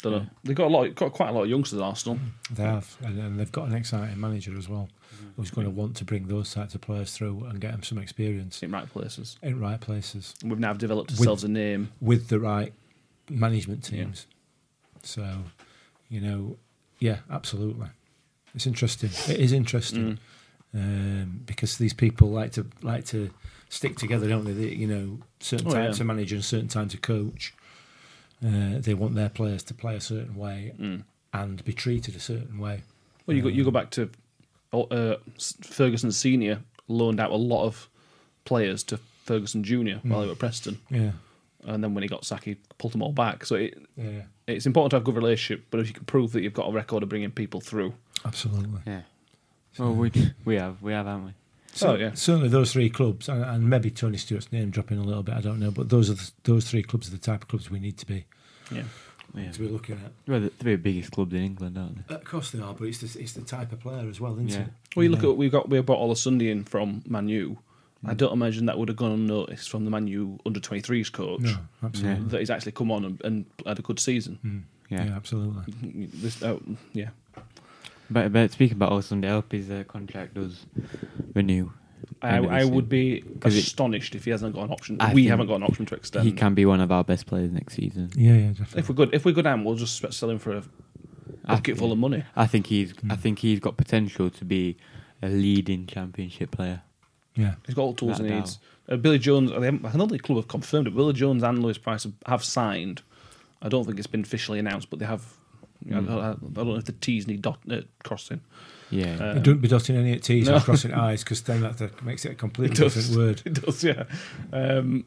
Speaker 2: don't know. They've got a lot, got quite a lot of youngsters at Arsenal.
Speaker 4: They have, and, and they've got an exciting manager as well,
Speaker 2: Mm-hmm.
Speaker 4: who's going to want to bring those types of players through and get them some experience
Speaker 2: in right places.
Speaker 4: in right places
Speaker 2: We've now developed ourselves a name.
Speaker 4: with the right management
Speaker 2: Yeah.
Speaker 4: teams. So, you know, yeah, absolutely. It's interesting. It is interesting
Speaker 2: Mm.
Speaker 4: um, because these people like to like to stick together, don't they? they you know, certain
Speaker 2: Oh,
Speaker 4: times
Speaker 2: yeah.
Speaker 4: to manager and certain times to coach. Uh, they want their players to play a certain way
Speaker 2: Mm.
Speaker 4: and be treated a certain way.
Speaker 2: Well, you go you go back to uh, S- Ferguson senior loaned out a lot of players to Ferguson junior while they were at Preston,
Speaker 4: Yeah,
Speaker 2: and then when he got sacked, he pulled them all back. So it,
Speaker 4: yeah,
Speaker 2: it's important to have good relationship, but if you can prove that you've got a record of bringing people through,
Speaker 4: absolutely.
Speaker 3: Yeah. Well, Oh, we we have we have, haven't we?
Speaker 4: So
Speaker 2: Oh, yeah.
Speaker 4: certainly those three clubs, and, and maybe Tony Stewart's name dropping a little bit. I don't know, but those are the, those three clubs are the type of clubs we need to be
Speaker 2: yeah,
Speaker 3: Yeah.
Speaker 4: to be looking at.
Speaker 3: Well, the three biggest clubs in England, aren't
Speaker 4: Of course they are, but it's the, it's the type of player as well, isn't
Speaker 3: Yeah.
Speaker 4: it?
Speaker 2: Well, you look at we got we bought Ola Sunday in from Man U. I don't imagine that would have gone unnoticed from the Man U under 23s coach
Speaker 4: No, absolutely. Hmm.
Speaker 2: that he's actually come on and, and had a good season.
Speaker 3: they?
Speaker 4: Yeah. absolutely.
Speaker 2: This, oh, yeah,
Speaker 3: But, but speaking about Olsen Delp, his uh, contract does renew.
Speaker 2: I,
Speaker 3: End of the
Speaker 2: I
Speaker 3: season.
Speaker 2: would be
Speaker 3: 'Cause it-
Speaker 2: astonished if he hasn't got an option.
Speaker 3: I
Speaker 2: we
Speaker 3: think
Speaker 2: haven't got an option to extend.
Speaker 3: He can be one of our best players next season.
Speaker 4: Yeah, yeah, definitely.
Speaker 2: If we're good, if we're good, and we'll just sp- sell him for a
Speaker 3: I
Speaker 2: bucket full of money.
Speaker 3: I think he's
Speaker 2: Mm.
Speaker 3: I think he's got potential to be a leading championship player.
Speaker 4: yeah,
Speaker 2: He's got all the tools he
Speaker 3: That
Speaker 2: needs. Uh, Billy Jones, I think another club have confirmed it. Billy Jones and Lewis Price have, have signed. I don't think it's been officially announced, but they have. I, don't, I don't know if the T's need dot, uh, crossing.
Speaker 3: Yeah.
Speaker 2: Uh,
Speaker 4: don't be dotting any at T's
Speaker 2: No.
Speaker 4: or crossing I's because then that that makes it a completely
Speaker 2: does.
Speaker 4: different word.
Speaker 2: It does, yeah. Um,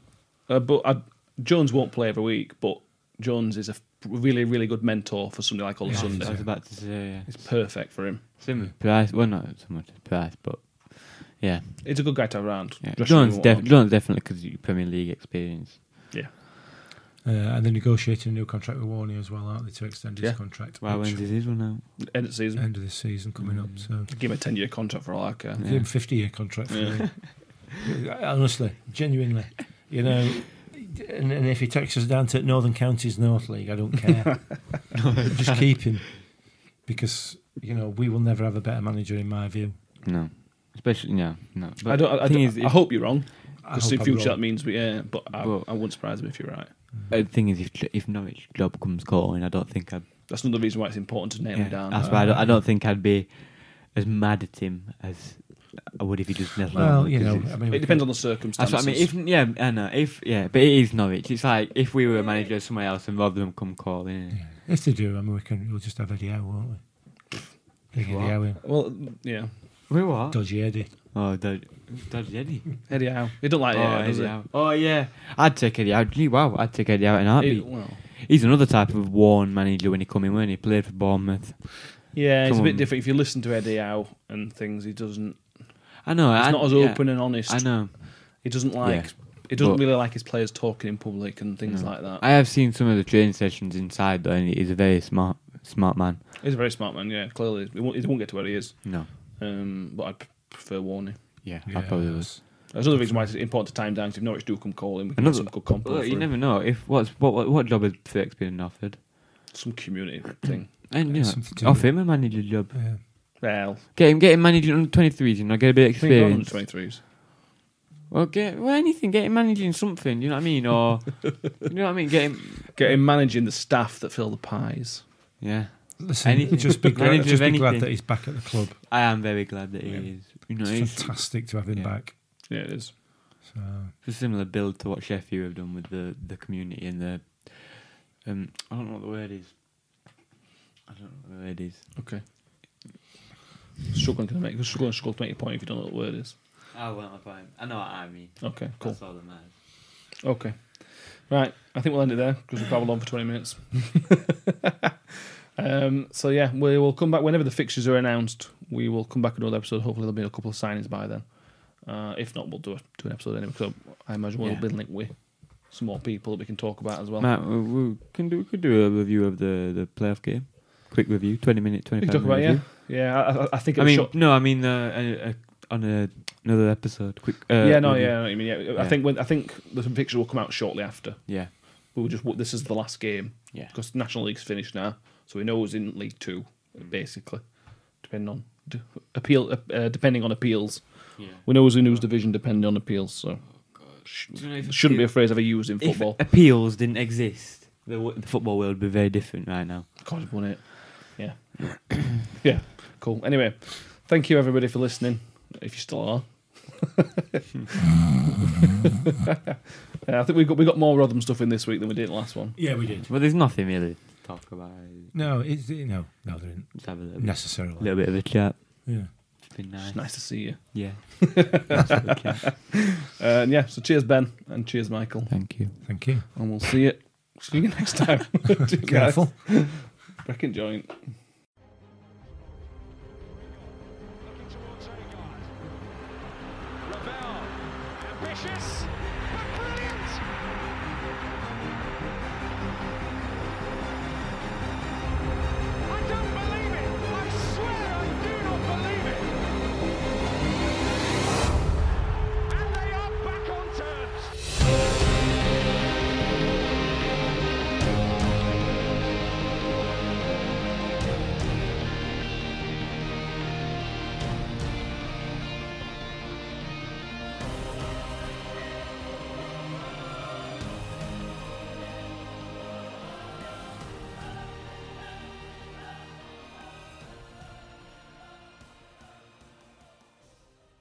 Speaker 2: uh, but I, Jones won't play every week, but Jones is a f- really, really good mentor for somebody like Ola
Speaker 4: Yeah.
Speaker 3: I
Speaker 2: Sunday.
Speaker 3: was about to say yeah.
Speaker 2: It's perfect for him.
Speaker 3: Similar price. Well, not so much as price, but yeah.
Speaker 2: It's a good guy to have around.
Speaker 3: yeah.
Speaker 2: Just
Speaker 3: John's,
Speaker 2: what
Speaker 3: def-
Speaker 2: we want.
Speaker 3: John's definitely because of your Premier League experience.
Speaker 2: Yeah.
Speaker 4: Uh, and they're negotiating a new contract with Warney as well, aren't they, to extend his
Speaker 2: Yeah.
Speaker 4: contract?
Speaker 3: Wow,
Speaker 4: which
Speaker 3: when's his run out?
Speaker 2: End of the season.
Speaker 4: end of this season coming up. So
Speaker 2: Give him a 10 year contract for all I care.
Speaker 3: Yeah.
Speaker 4: give him fifty year contract for
Speaker 2: Yeah.
Speaker 4: me. Honestly, genuinely, you know, And, and if he takes us down to Northern Counties North League, I don't care. Just keep him because you know we will never have a better manager in my view.
Speaker 3: No, especially no, no. But
Speaker 2: I don't. I, I,
Speaker 3: thing
Speaker 2: don't-
Speaker 3: is,
Speaker 2: I
Speaker 3: if-
Speaker 2: hope you're wrong.
Speaker 4: I
Speaker 2: Because
Speaker 4: hope
Speaker 2: in
Speaker 4: I'm
Speaker 2: future that
Speaker 4: wrong.
Speaker 2: means we. Yeah, but I,
Speaker 3: But-
Speaker 2: I wouldn't surprise me if you're right.
Speaker 3: uh, the thing is, if if Norwich job comes calling, I don't think I'd.
Speaker 2: That's another reason why it's important to nail
Speaker 3: yeah,
Speaker 2: him down.
Speaker 3: that's why I don't, I don't think I'd be as mad at him as I would if he just never.
Speaker 4: Well, you know, I mean,
Speaker 2: Uh, It
Speaker 4: we
Speaker 2: depends
Speaker 4: could-
Speaker 2: on the
Speaker 3: That's
Speaker 2: circumstances.
Speaker 3: what I mean. If yeah, I know. If yeah, but it is Norwich. It's like if we were a manager somewhere else and rather than come calling.
Speaker 4: yeah. if they do. I mean, we can. We'll just have Eddie Howe, won't we? Big Eddie
Speaker 3: What?
Speaker 4: Howe, in.
Speaker 2: well, yeah,
Speaker 3: We what?
Speaker 4: dodgy Eddie.
Speaker 3: Oh, Dodge, Dodge Eddie.
Speaker 2: Eddie Howe. He don't like it,
Speaker 3: oh,
Speaker 2: does
Speaker 3: Eddie
Speaker 2: he?
Speaker 3: Howe. oh yeah, I'd take Eddie out. Gee, wow, I'd take Eddie out in a
Speaker 2: He-
Speaker 3: heartbeat.
Speaker 2: well,
Speaker 3: He's another type of worn manager when he come in, when he played for Bournemouth.
Speaker 2: yeah, it's a bit
Speaker 3: Someone-
Speaker 2: different. If you listen to Eddie Howe and things, he doesn't.
Speaker 3: I know.
Speaker 2: He's
Speaker 3: I,
Speaker 2: not as
Speaker 3: yeah,
Speaker 2: open and honest.
Speaker 3: I know.
Speaker 2: He doesn't like.
Speaker 3: Yeah.
Speaker 2: He doesn't
Speaker 3: But-
Speaker 2: really like his players talking in public and things like that.
Speaker 3: I have seen some of the training sessions inside though, and he's a very smart, smart man.
Speaker 2: He's a very smart man. Yeah, clearly he won't, he won't get to where he is.
Speaker 3: No.
Speaker 2: Um, but I p- prefer warning.
Speaker 3: Yeah, I
Speaker 4: Yeah.
Speaker 3: probably was.
Speaker 2: That's another reason why it's important to time down. 'cause if Norwich do come calling, we can get
Speaker 3: Another-
Speaker 2: some good compo.
Speaker 3: Well, you
Speaker 2: through.
Speaker 3: never know if what's what what, what job has Ferks been offered.
Speaker 2: some community thing.
Speaker 3: And you
Speaker 4: Yeah,
Speaker 3: know,
Speaker 4: something to
Speaker 3: offer
Speaker 4: do.
Speaker 3: him a manager job.
Speaker 4: Yeah.
Speaker 2: Well,
Speaker 3: Get him, get him managing under twenty threes. You know, get a bit of experience.
Speaker 2: Twenty threes.
Speaker 3: Well, get well anything. Get him managing something. You know what I mean? Or you know what I mean? Get him.
Speaker 2: Get him managing the staff that fill the pies.
Speaker 3: Yeah,
Speaker 4: Listen,
Speaker 3: Anything.
Speaker 4: just be glad,
Speaker 3: Manager
Speaker 4: just
Speaker 3: of
Speaker 4: be glad
Speaker 3: anything.
Speaker 4: that he's back at the club.
Speaker 3: I am very glad that he is. You know,
Speaker 4: It's
Speaker 3: he's
Speaker 4: fantastic to have him
Speaker 3: yeah.
Speaker 4: back.
Speaker 2: Yeah, it is.
Speaker 4: So
Speaker 3: It's a similar build to what Sheffield have done with the, the community and the um I don't know what the word is. I don't know what the word is.
Speaker 2: Okay. Struggling to make, struggling, struggle to make your point if you don't know what the word is.
Speaker 3: I want my point. I know what I mean.
Speaker 4: Oh,
Speaker 2: Okay, cool.
Speaker 3: all that matters.
Speaker 2: Okay, right. I think we'll end it there because we've babbled on for twenty minutes. um, so yeah, we will come back whenever the fixtures are announced. We will come back with another episode. Hopefully, there'll be a couple of signings by then. Uh, if not, we'll do, a, do an episode anyway. Because I imagine we'll
Speaker 3: Yeah.
Speaker 2: be linked with some more people that we can talk about as well.
Speaker 3: Matt, we, we can do we could do a review of the, the playoff game. Quick review, twenty minute,
Speaker 2: we
Speaker 3: twenty
Speaker 2: can
Speaker 3: five
Speaker 2: talk
Speaker 3: minute.
Speaker 2: about yeah,
Speaker 3: review.
Speaker 2: yeah. I, I- I think it
Speaker 3: I
Speaker 2: was
Speaker 3: mean,
Speaker 2: short-
Speaker 3: no, I mean uh, uh, on a, another episode. Quick. Uh,
Speaker 2: yeah, no,
Speaker 3: review.
Speaker 2: yeah, I, know what you mean, yeah. I
Speaker 3: Yeah.
Speaker 2: think when I think the fixture will come out shortly after.
Speaker 3: yeah,
Speaker 2: We will just this is the last game
Speaker 3: yeah.
Speaker 2: because National League's finished now, so we know who's in League Two, basically. Depending on d- appeal, uh, depending on appeals,
Speaker 3: yeah.
Speaker 2: we know who's in whose division depending on appeals. So sh-
Speaker 3: Do you know if
Speaker 2: shouldn't be a
Speaker 3: appeal-
Speaker 2: phrase ever used in
Speaker 3: If
Speaker 2: football.
Speaker 3: appeals didn't exist, the, w- the football world would be very different right now.
Speaker 2: God, I've won it. Yeah, yeah, cool. Anyway, thank you everybody for listening. If you still are. Yeah, I think we got we got more Rotherham stuff in this week than we did last one.
Speaker 4: yeah, we did.
Speaker 3: Well, there's nothing really to talk about.
Speaker 4: No, it's you know, no, they didn't
Speaker 3: Just have a little, bit-
Speaker 4: necessarily.
Speaker 3: little bit of a chat.
Speaker 4: Yeah.
Speaker 3: It's been nice.
Speaker 2: It's nice to see you.
Speaker 3: Yeah. Nice little chat.
Speaker 2: Uh, and yeah, so cheers, Ben, and cheers, Michael.
Speaker 3: Thank you.
Speaker 4: Thank you.
Speaker 2: And we'll see you. See you next time.
Speaker 4: Careful.
Speaker 2: Reckon joint.
Speaker 1: Looking towards Odegaard. Ravel, ambitious.